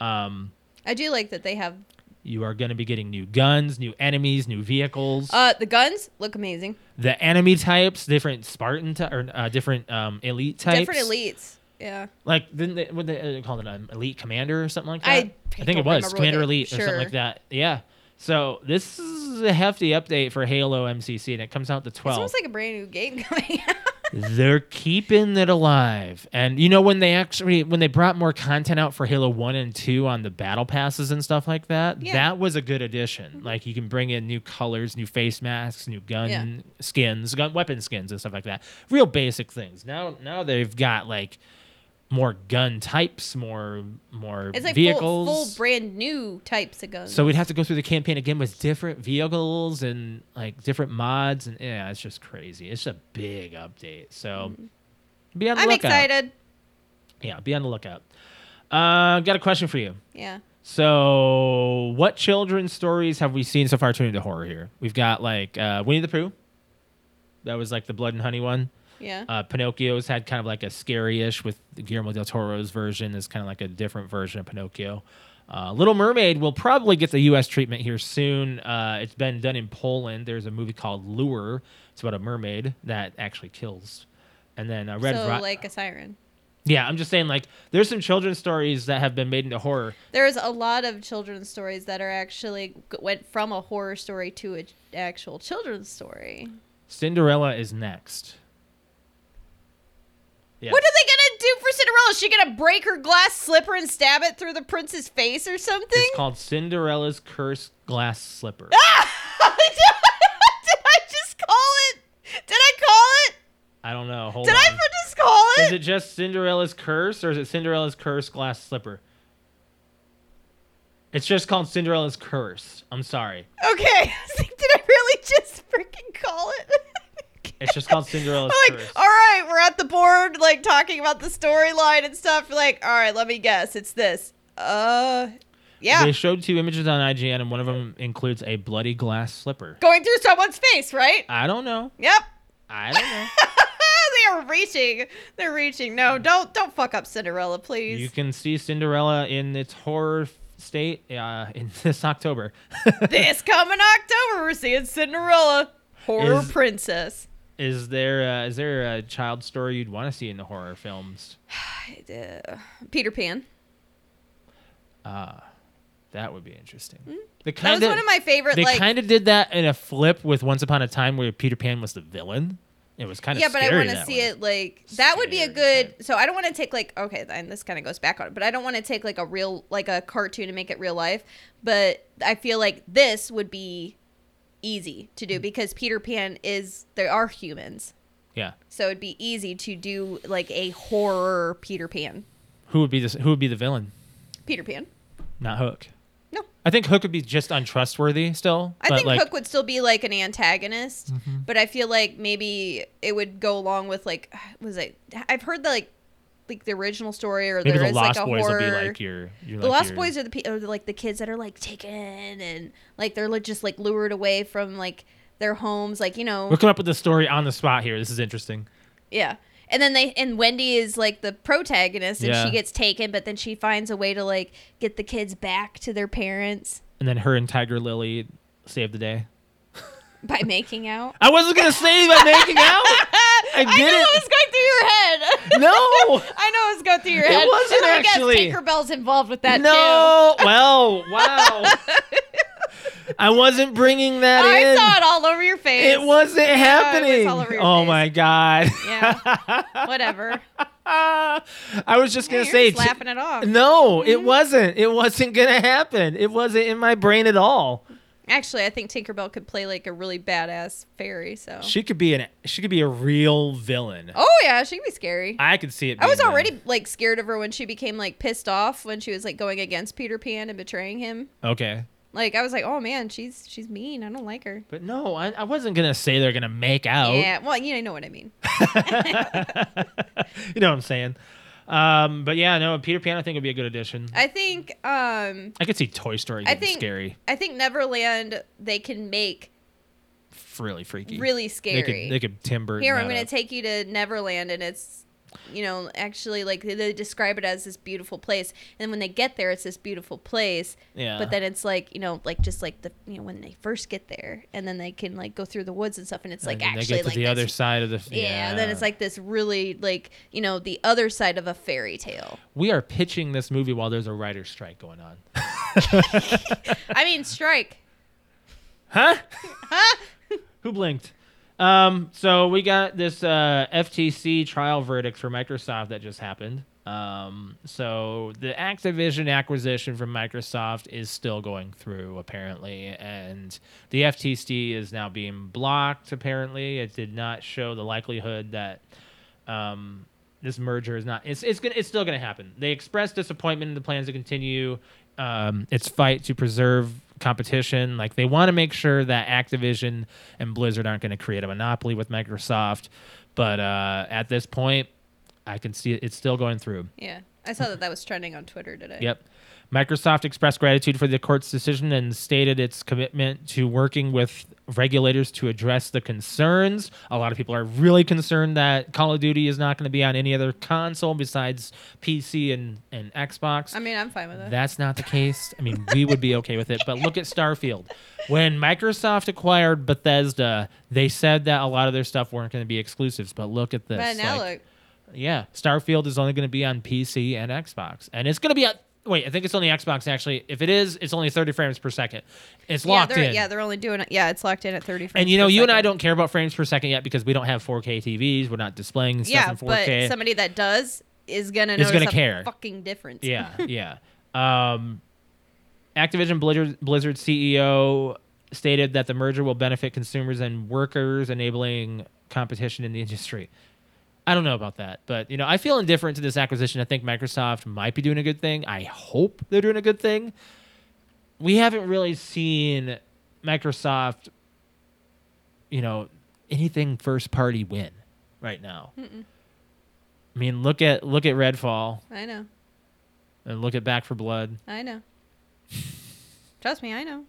Um, I do like that they have you are going to be getting new guns, new enemies, new vehicles. uh the guns look amazing. the enemy types, different Spartan ty- or uh, different um, elite types. Different elites. Yeah. Like then they, what they uh, called it an elite commander or something like that. I- I think don't it was remember what commander they- elite or something sure. like that. Yeah. So this is a hefty update for Halo MCC, and it comes out the It's 12th. almost like a brand new game coming out. They're keeping it alive, and you know when they actually when they brought more content out for Halo One and Two on the battle passes and stuff like that, Yeah. that was a good addition. Like you can bring in new colors, new face masks, new gun Yeah. skins, gun weapon skins, and stuff like that. Real basic things. Now, now they've got like more gun types, more more It's like full, vehicles. full brand new types of guns. so we'd have to go through the campaign again with different vehicles and like different mods, and yeah, it's just crazy. It's a big update. So be on the Mm-hmm. I'm lookout. excited. Yeah, be on the lookout. Uh, got a question for you. Yeah. So, what children's stories have we seen so far turning to horror here? We've got like uh, Winnie the Pooh. That was like the Blood and Honey one. Yeah. Uh, Pinocchio's had kind of like a scary-ish with Guillermo del Toro's version is kind of like a different version of Pinocchio. Uh, Little Mermaid will probably get the U.S. treatment here soon. Uh, it's been done in Poland. There's a movie called Lure. It's about a mermaid that actually kills. And then uh, Red so Ro- like a siren. yeah, I'm just saying, like, there's some children's stories that have been made into horror. There's a lot of children's stories that are actually g- went from a horror story to an actual children's story. Cinderella is next. Yeah. What are they gonna do for Cinderella? Is she gonna break her glass slipper and stab it through the prince's face or something? It's called Cinderella's Cursed Glass Slipper. Ah! Did I just call it? Did I call it? I don't know. Hold Did I on. just call is it? it just Cinderella's Curse or is it Cinderella's Cursed Glass Slipper? It's just called Cinderella's Curse. I'm sorry. Okay. I was like, Did I really just freaking call it? It's just called Cinderella's I'm like, oh, Curse. all right, we're at the board, like talking about the storyline and stuff. You're like, all right, let me guess, it's this. Uh, Yeah. They showed two images on IGN, and one of them includes a bloody glass slipper. Going through someone's face, right? I don't know. Yep. Ah, I don't know. they are reaching. They're reaching. No, don't don't fuck up Cinderella, please. you can see Cinderella in its horror f- state uh, in this October. this coming October, we're seeing Cinderella, horror Is- princess. is there uh, is there a child story you'd want to see in the horror films? Uh, Peter Pan. That would be interesting. The Hmm? That was kinda- one of my favorite. They like, kind of did that in a flip with Once Upon a Time where Peter Pan was the villain. It was kind of yeah, but I want want to see it like that would be a Scary, good. So I don't want to take like okay, then this kind of goes back on it, but I don't want to take like a real like a cartoon and make it real life. But I feel like this would be easy to Hmm. do because Peter Pan is there are humans, Yeah, so it'd be easy to do like a horror Peter Pan. who would be this? Who would be the villain? Peter Pan. Not Hook. No, I think Hook would be just untrustworthy still. I but think like, Mm-hmm. Hook would still be like an antagonist, but I feel like maybe it would go along with like was it? I've heard that like like the original story or maybe there the is Lost like a Boys horror. will be like your. your the like Lost your, Boys are the pe- are the, like the kids that are like taken and like they're li- just like lured away from like their homes, like you know, We're coming up with the story on the spot here. This is interesting. yeah. And then they and Wendy is like the protagonist, and Yeah. she gets taken, but then she finds a way to like get the kids back to their parents And then her and Tiger Lily save the day. by making out. I wasn't gonna say by making out. I I know did it was going through your head. it. No. I know it was going through your It head. wasn't and I guess actually. Tinkerbell's involved with that too. no. Well, wow. I wasn't bringing that Oh, I in. saw it all over your face. It wasn't happening. all over your oh face. my god. Ah, Yeah. Whatever. I was just gonna You're say. just laughing it off. Mm-hmm. no, it wasn't. It wasn't gonna happen. It wasn't in my brain at all. Oh. Actually, I think Tinkerbell could play like a really badass fairy. So. She could be an. She could be a real villain. oh yeah, she could be scary. I- I uh, could see it. was being that. already like scared of her when she became like pissed off when she was like going against Peter Pan and betraying him. okay. Like I was like, oh man, she's she's mean. I don't like her. But no, I, I wasn't gonna say they're gonna make out. Yeah, well, you know what I mean. You know what I'm saying? Um, but yeah, no, Peter Pan I think would be a good addition. I, I think um could see Toy Story I getting think scary, I think Neverland they can make f- really freaky, really They scary. could, they could Tim Burton. Here, I'm that going up. to take you to Neverland, and it's, you know, actually like they, they describe it as this beautiful place. And when they get there, it's this beautiful place. Yeah. But then it's like you know, like just like the you know when they first get there, and then they can like go through the woods and stuff, and it's like And then actually they get to like the this- other side of the Yeah, and then it's like this really like you know the other side of a fairy tale. we are pitching this movie while there's a writer's strike going on. I mean, strike. Huh? Who blinked? Um, so we got this uh, FTC trial verdict for Microsoft that just happened. Um, so the Activision acquisition from Microsoft is still going through apparently, and the FTC is now being blocked. Apparently, it did not show the likelihood that um, this merger is not. It's it's gonna it's still gonna happen. They expressed disappointment in the plans to continue um, its fight to preserve competition. Like they want to make sure that Activision and Blizzard aren't gonna create a monopoly with Microsoft. But uh, at this point, I can see it, it's still going through. Yeah, I saw that that was trending on Twitter today. Yep. Microsoft expressed gratitude for the court's decision and stated its commitment to working with regulators to address the concerns. A lot of people are really concerned that Call of Duty is not going to be on any other console besides PC and, and Xbox. I mean, I'm fine with that. That's not the case. I mean, we would be okay with it, but look at Starfield. When Microsoft acquired Bethesda, they said that a lot of their stuff weren't going to be exclusives, but look at this. but now like- look, yeah, Starfield is only going to be on PC and Xbox, and it's going to be on. Wait, I think it's only Xbox actually. If it is, it's only 30 frames per second. It's yeah, locked they're in. yeah they're only doing it. Yeah, it's locked in at 30 frames. and you know, per you and I second. don't care about frames per second yet because we don't have 4K TVs. We're not displaying stuff yeah, in 4K. but somebody that does is gonna Is notice gonna a care. fucking difference. yeah, yeah. Um, Activision Blizzard, Blizzard CEO stated that the merger will benefit consumers and workers, enabling competition in the industry. I don't know about that, but you know, I feel indifferent to this acquisition. I think Microsoft might be doing a good thing. I hope they're doing a good thing. We haven't really seen Microsoft, you know, anything first party win right now. I mean, look at look at Redfall I know. and look at Back for Blood. I know. Trust me, I know.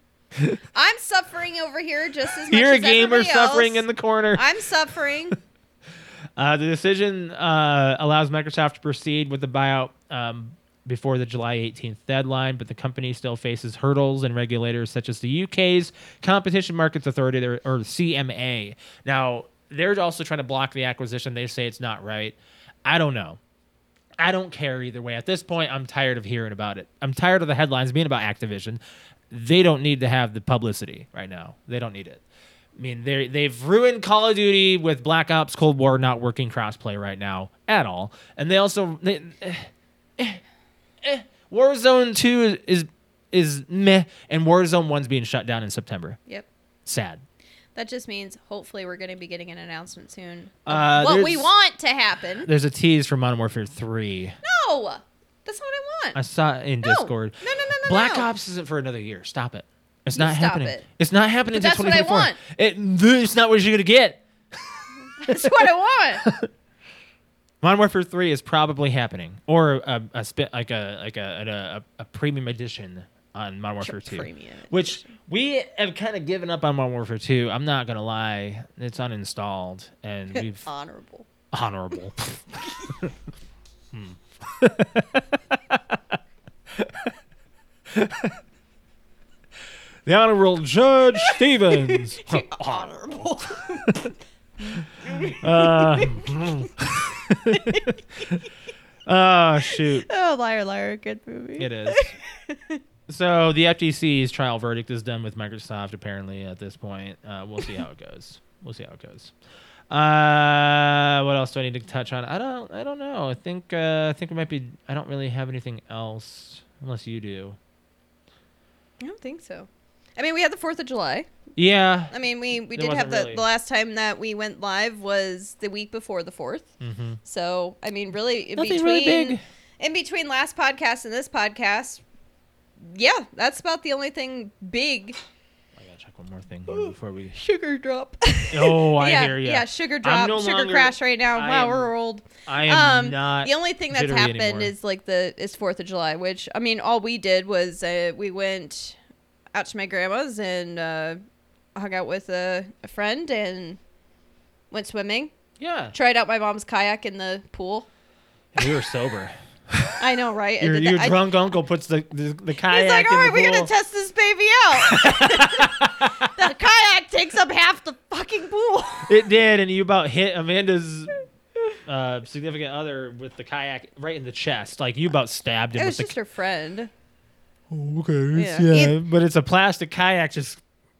I'm suffering over here just as much You're a as gamer everybody suffering else. in the corner. I'm suffering. Uh, the decision uh, allows Microsoft to proceed with the buyout um, before the July 18th deadline, but the company still faces hurdles and regulators such as the UK's Competition Markets Authority or, or CMA. Now, they're also trying to block the acquisition. They say it's not right. I don't know. I don't care either way. At this point, I'm tired of hearing about it. I'm tired of the headlines being about Activision. They don't need to have the publicity right now. They don't need it. I mean, they they've ruined Call of Duty with Black Ops Cold War not working crossplay right now at all. And they also they, eh, eh, eh. Warzone 2 is is meh and Warzone 1's being shut down in September. yep. Sad. That just means hopefully we're going to be getting an announcement soon. of Uh, what we there's- want to happen. There's a tease for Modern Warfare 3. No, that's not what I I want. saw it in No. Discord. No, no, no, no. Black no. Ops isn't for another year. Stop it. It's You not stop happening. it. It's not happening But until that's what I 2024. It, it's not what you're going to get. That's what I want. Modern Warfare 3 is probably happening or a, a spit like a like a, a, a, a premium edition on Modern Warfare 2. premium Which we have kind of given up on Modern Warfare 2. I'm not going to lie. It's uninstalled and we've Honorable. honorable. Hmm. the Honorable Judge Stevens. Honorable. Uh, oh, shoot. oh, liar, liar. Good movie. It is. So the FTC's trial verdict is done with Microsoft apparently at this point. Uh, we'll see how it goes. We'll see how it goes. Uh, what else do I need to touch on? I don't. I don't know. I think. Uh, I think we might be. I don't really have anything else unless you do. I don't think so. I mean, we had the 4th of July. Yeah. I mean, we, we There did have wasn't the, really- the last time that we went live was the week before the 4th. Mm-hmm. So, I mean, really, in Nothing between, really big. in between last podcast and this podcast, yeah, that's about the only thing big. I gotta check one more thing here before we. Sugar drop. Oh, I yeah, hear you. Yeah, sugar drop, no sugar longer- crash right now. I wow, am we're old. I am um, not. The only thing that's jittery happened anymore. is like the is Fourth of July, which I mean, all we did was uh, we went out to my grandma's and uh, hung out with a, a friend and went swimming. yeah. Tried out my mom's kayak in the pool. You were sober. I know, right? I your did that- your I- drunk uncle puts the the, the kayak. He's like, in all the right, we're pool." gonna test this baby out. the kayak takes up half the fucking pool. It did, and you about hit Amanda's uh, significant other with the kayak right in the chest. Like you about stabbed him It with was the. just her friend. oh, okay, Yeah. it's- yeah, but it's a plastic kayak. Just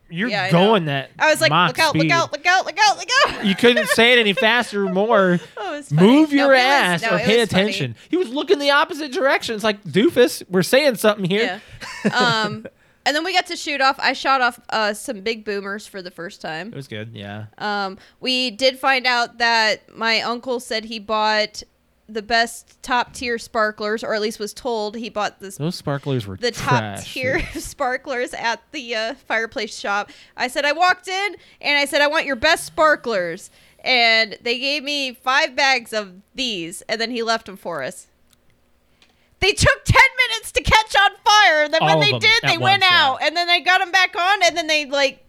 you're Yeah, I know. going that. I was like, Mach look out, speed. look out, look out, look out, look out. You couldn't say it any faster or more. Oh, it was funny. Move No, your it was- ass no, or it pay was funny. attention. He was looking the opposite direction. It's like doofus. We're saying something Yeah. here. Um, and then we got to shoot off. I shot off uh, some big boomers for the first It time. was good. Yeah. Um, we did find out that my uncle said he bought the best top tier sparklers, or at least was told he bought this Those sparklers were the top trash. tier sparklers at the uh, fireplace shop. I said I walked in and I said I want your best sparklers, and they gave me five bags of these, and then he left them for us. They took ten minutes to catch on fire. and Then All when of they them did, at they went once, yeah. out, and then they got them back on, and then they like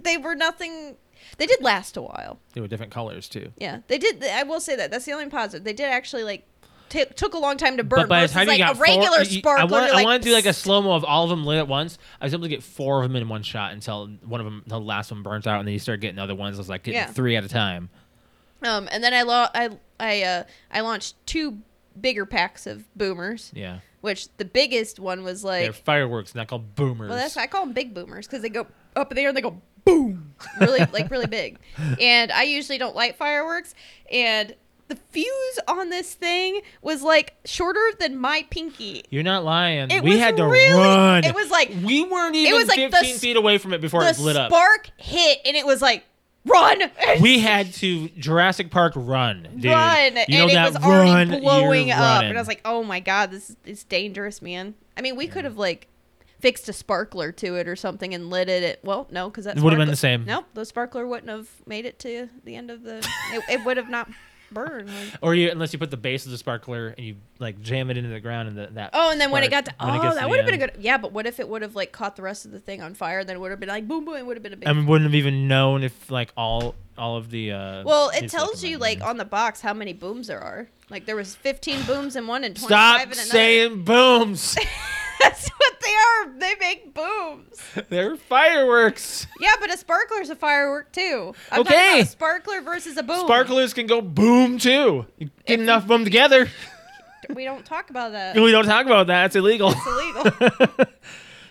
they were nothing. They did last a while. They were different colors too. Yeah, they did. I will say that that's the only positive. They did actually like. ta- took a long time to burn. But by the versus, time like you got a regular four, you- sparkler, I want, you're I want to do like a "Psst." slow mo of all of them lit at once. I was able to get four of them in one shot until one of them, until the last one burnt out, and then you start getting other ones. I was like getting Yeah. three at a time. Um, and then I lo- I I uh, I launched two bigger packs of boomers, Yeah, which the biggest one was they're like. fireworks, not called boomers. Well, that's I call them big boomers because they go up in the air and they go boom, really like really big. And I usually don't light fireworks, and the fuse on this thing was like shorter than my pinky. You're not lying. It we was had to really- run. it was like- we weren't even was like the 15 s- feet away from it before The it lit up. spark hit, and it was like run. We had to Jurassic Park run, dude. run You know and that it was already run, blowing you're up running. and i was like oh my god this is it's dangerous man i mean we could have like fixed a sparkler to it or something and lit it at, well no because that It would've been sparkler- the same. nope the sparkler wouldn't have made it to the end of the it, it would have not burn. like- Or you, unless you put the base of the sparkler and you like jam it into the ground and the, that. Oh, and then when it got spark- to when it oh, gets to that the would have been a end. good yeah. But what if it would have like caught the rest of the thing on fire? Then it would have been like boom boom. It would have been a big. I mean, wouldn't have even known if like all all of the. Uh, well, it it's tells you like on the box how many booms there are. Like there was 15 booms in one and 25 Stop in another. saying booms. That's what they are. They make booms. They're fireworks. Yeah, but a sparkler's a firework too. I'm talking Okay. about a sparkler versus a boom. Sparklers can go boom too. You get enough of them together. We don't talk about that. We don't talk about that. It's illegal.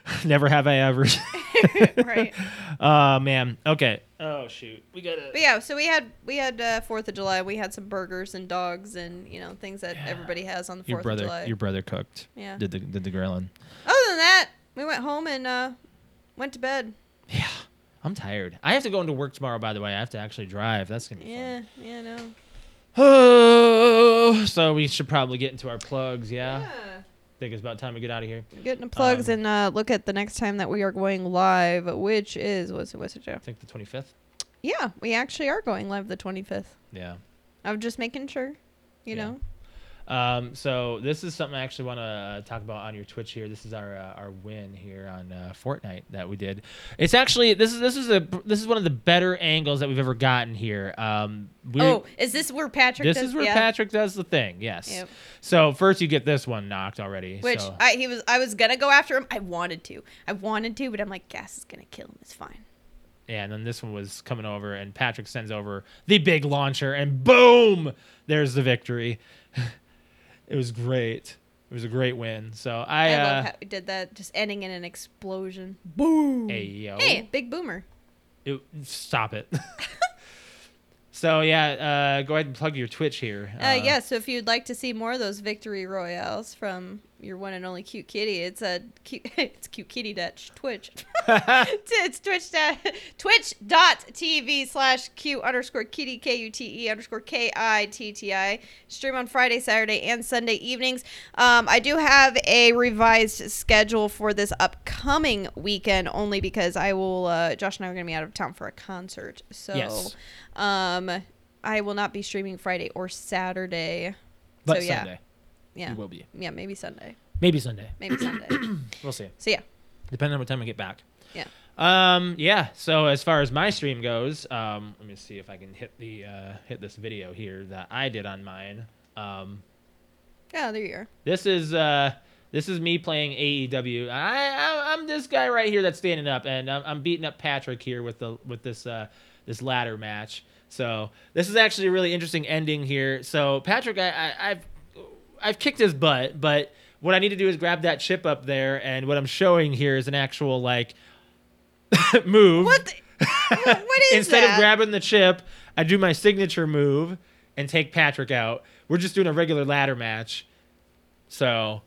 It's Never have I ever. illegal, right? Oh man. Okay. Oh shoot. We gotta. But yeah, so we had we had uh, Fourth of July. We had some burgers and dogs and you know things that everybody has on the Your Fourth of brother. July. Your brother cooked. Yeah. Did the did the grilling. Other than that, we went home and uh, went to bed. Yeah. I'm tired. I have to go into work tomorrow. By the way, I have to actually drive. That's gonna be Yeah, fun. yeah, no. Oh. So we should probably get into our plugs. Yeah. think it's about time we get out of here. Getting the plugs Um, and uh, look at the next time that we are going live, which is what's what's it Joe? I think the 25th. Yeah, we actually are going live the twenty fifth. Yeah. I'm just making sure, you Yeah. know. Um, so this is something I actually want to uh, talk about on your Twitch here. This is our uh, our win here on uh, Fortnite that we did. It's actually this is this is a this is one of the better angles that we've ever gotten here. Um, we Oh, is this where Patrick? this does? is where yeah. Patrick does the thing. Yes. Yep. So first you get this one knocked already. Which so. I he was I was gonna go after him. I wanted to. I wanted to, but I'm like, gas is gonna kill him. It's fine. Yeah, and then this one was coming over, and Patrick sends over the big launcher, and boom, there's the victory. it was great. It was a great win. So I, I uh, love how we did that. Just ending in an explosion. Boom. hey, yo. Hey, big boomer. It- stop it. so yeah, uh, go ahead and plug your Twitch here. Uh, yeah, so if you'd like to see more of those victory royales from your one and only cute kitty, it's a cute, it's cute kitty dutch twitch. it's twitch dot twitch dot tv slash q underscore kitty k u t e underscore k i t t i. Stream on Friday, Saturday, and Sunday evenings. Um, I do have a revised schedule for this upcoming weekend only because I will. Uh, Josh and I are going to be out of town for a concert, so Yes. um, I will not be streaming Friday or Saturday. But so yeah, Sunday. yeah, You will be. yeah, maybe Sunday, Maybe Sunday. maybe Sunday. We'll see. So yeah, Depending on what time I get back. yeah. Um, yeah. So as far as my stream goes, um, let me see if I can hit the uh, hit this video here that I did on mine. Um, Yeah, there you are. This is uh, this is me playing AEW. I, I I'm this guy right here that's standing up, and I'm, I'm beating up Patrick here with the with this uh, this ladder match. So this is actually a really interesting ending here. So Patrick, I, I I've I've kicked his butt, but what I need to do is grab that chip up there, and what I'm showing here is an actual like move. What? The, what is Instead that? of grabbing the chip, I do my signature move and take Patrick out. We're just doing a regular ladder match. So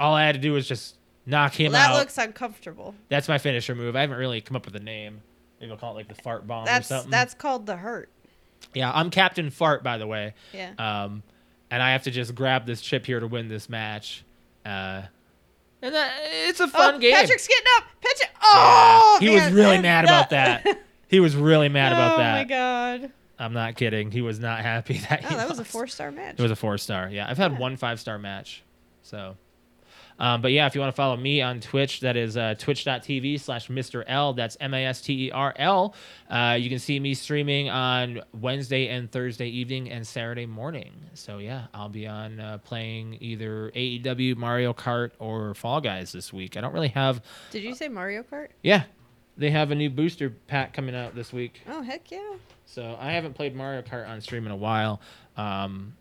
all I had to do was just knock him Well, that out. looks uncomfortable. that's my finisher move. I haven't really come up with a name. Maybe I'll call it like the fart bomb That's or something. that's called the hurt. yeah, I'm Captain Fart, by the way. Yeah. Um, and I have to just grab this chip here to win this match. Uh, and that, it's a fun oh, game. Patrick's getting up. Patrick. Yeah. Oh, he was man. really mad about that. He was really mad about that. Oh my god. I'm not kidding. He was not happy that. Oh, he that was a lost. four star match. It was a four star. Yeah, I've had one five star match. So, um, but yeah, if you want to follow me on Twitch, that is uh, twitch.tv slash Mr. L. That's M A S T E R L. Uh, you can see me streaming on Wednesday and Thursday evening and Saturday morning. So, yeah, I'll be on uh, playing either AEW, Mario Kart, or Fall Guys this week. I don't really have. Did you say Mario Kart? Yeah, they have a new booster pack coming out this week. Oh heck yeah. So I haven't played Mario Kart on stream in a while, um,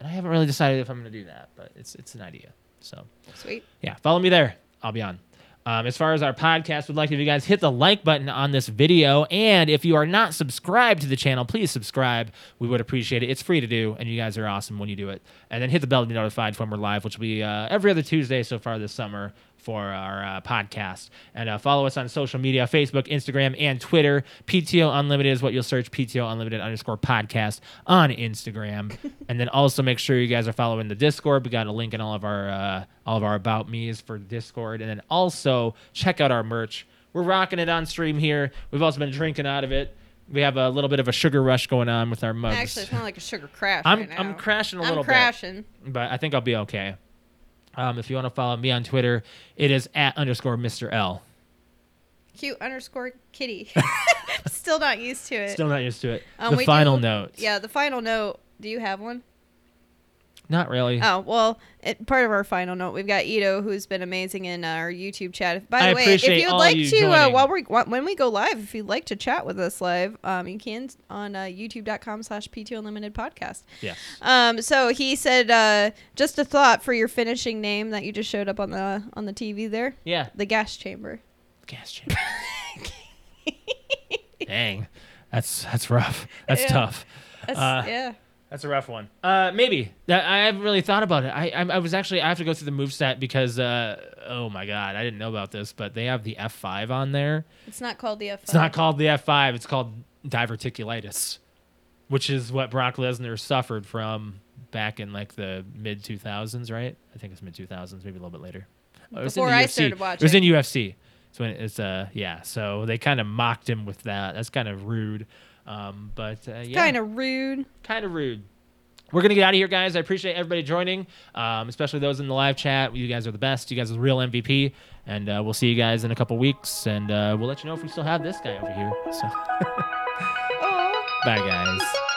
and I haven't really decided if I'm going to do that, but it's it's an idea. So Sweet. yeah, follow me there. I'll be on. Um, as far as our podcast, would like if you guys hit the like button on this video, and if you are not subscribed to the channel, please subscribe. We would appreciate it. It's free to do, and you guys are awesome when you do it. And then hit the bell to be notified when we're live, which will be uh, every other Tuesday so far this summer for our uh, podcast. And uh, follow us on social media: Facebook, Instagram, and Twitter. PTO Unlimited is what you'll search. PTO Unlimited underscore podcast on Instagram, and then also make sure you guys are following the Discord. We got a link in all of our uh, all of our about me's for Discord, and then also check out our merch. We're rocking it on stream here. We've also been drinking out of it. We have a little bit of a sugar rush going on with our mugs. Actually, it's not like a sugar crash. I'm right now. I'm crashing a I'm little crashing. bit, but I think I'll be okay. Um, if you want to follow me on Twitter, it is at underscore Mr. L. Cute underscore kitty. Still not used to it. Still not used to it. Um, the we final do- note. Yeah, the final note. Do you have one? Not really. Oh well, it, part of our final note, we've got Ito, who's been amazing in our YouTube chat. By the I way, if appreciate you'd all like you to, uh, joining. while we are when we go live, if you'd like to chat with us live, um, you can on uh, YouTube.com/slash PT Unlimited Podcast. Yes. Um, so he said, uh, just a thought for your finishing name that you just showed up on the on the TV there, Yeah. the gas chamber. Gas chamber. Dang. That's that's rough. That's Yeah. tough. That's, Uh, yeah. That's a rough one. Uh, maybe that I haven't really thought about it. I, I I was actually I have to go through the move set because uh oh my god I didn't know about this but they have the F5 on there. It's not called the F. It's not called the F5. It's called diverticulitis, which is what Brock Lesnar suffered from back in like the mid 2000s, right? I think it's mid 2000s, maybe a little bit later. Oh, it was in Before the I UFC. started It was watching. in UFC. So when it's uh yeah, so they kind of mocked him with that. That's kind of rude. Um, but uh, yeah, Kind of rude. kind of rude. We're gonna get out of here, guys. I appreciate everybody joining, um, especially those in the live chat. You guys are the best. You guys are the real MVP, and uh, we'll see you guys in a couple weeks. And uh, we'll let you know if we still have this guy over here. So, Oh. bye, guys.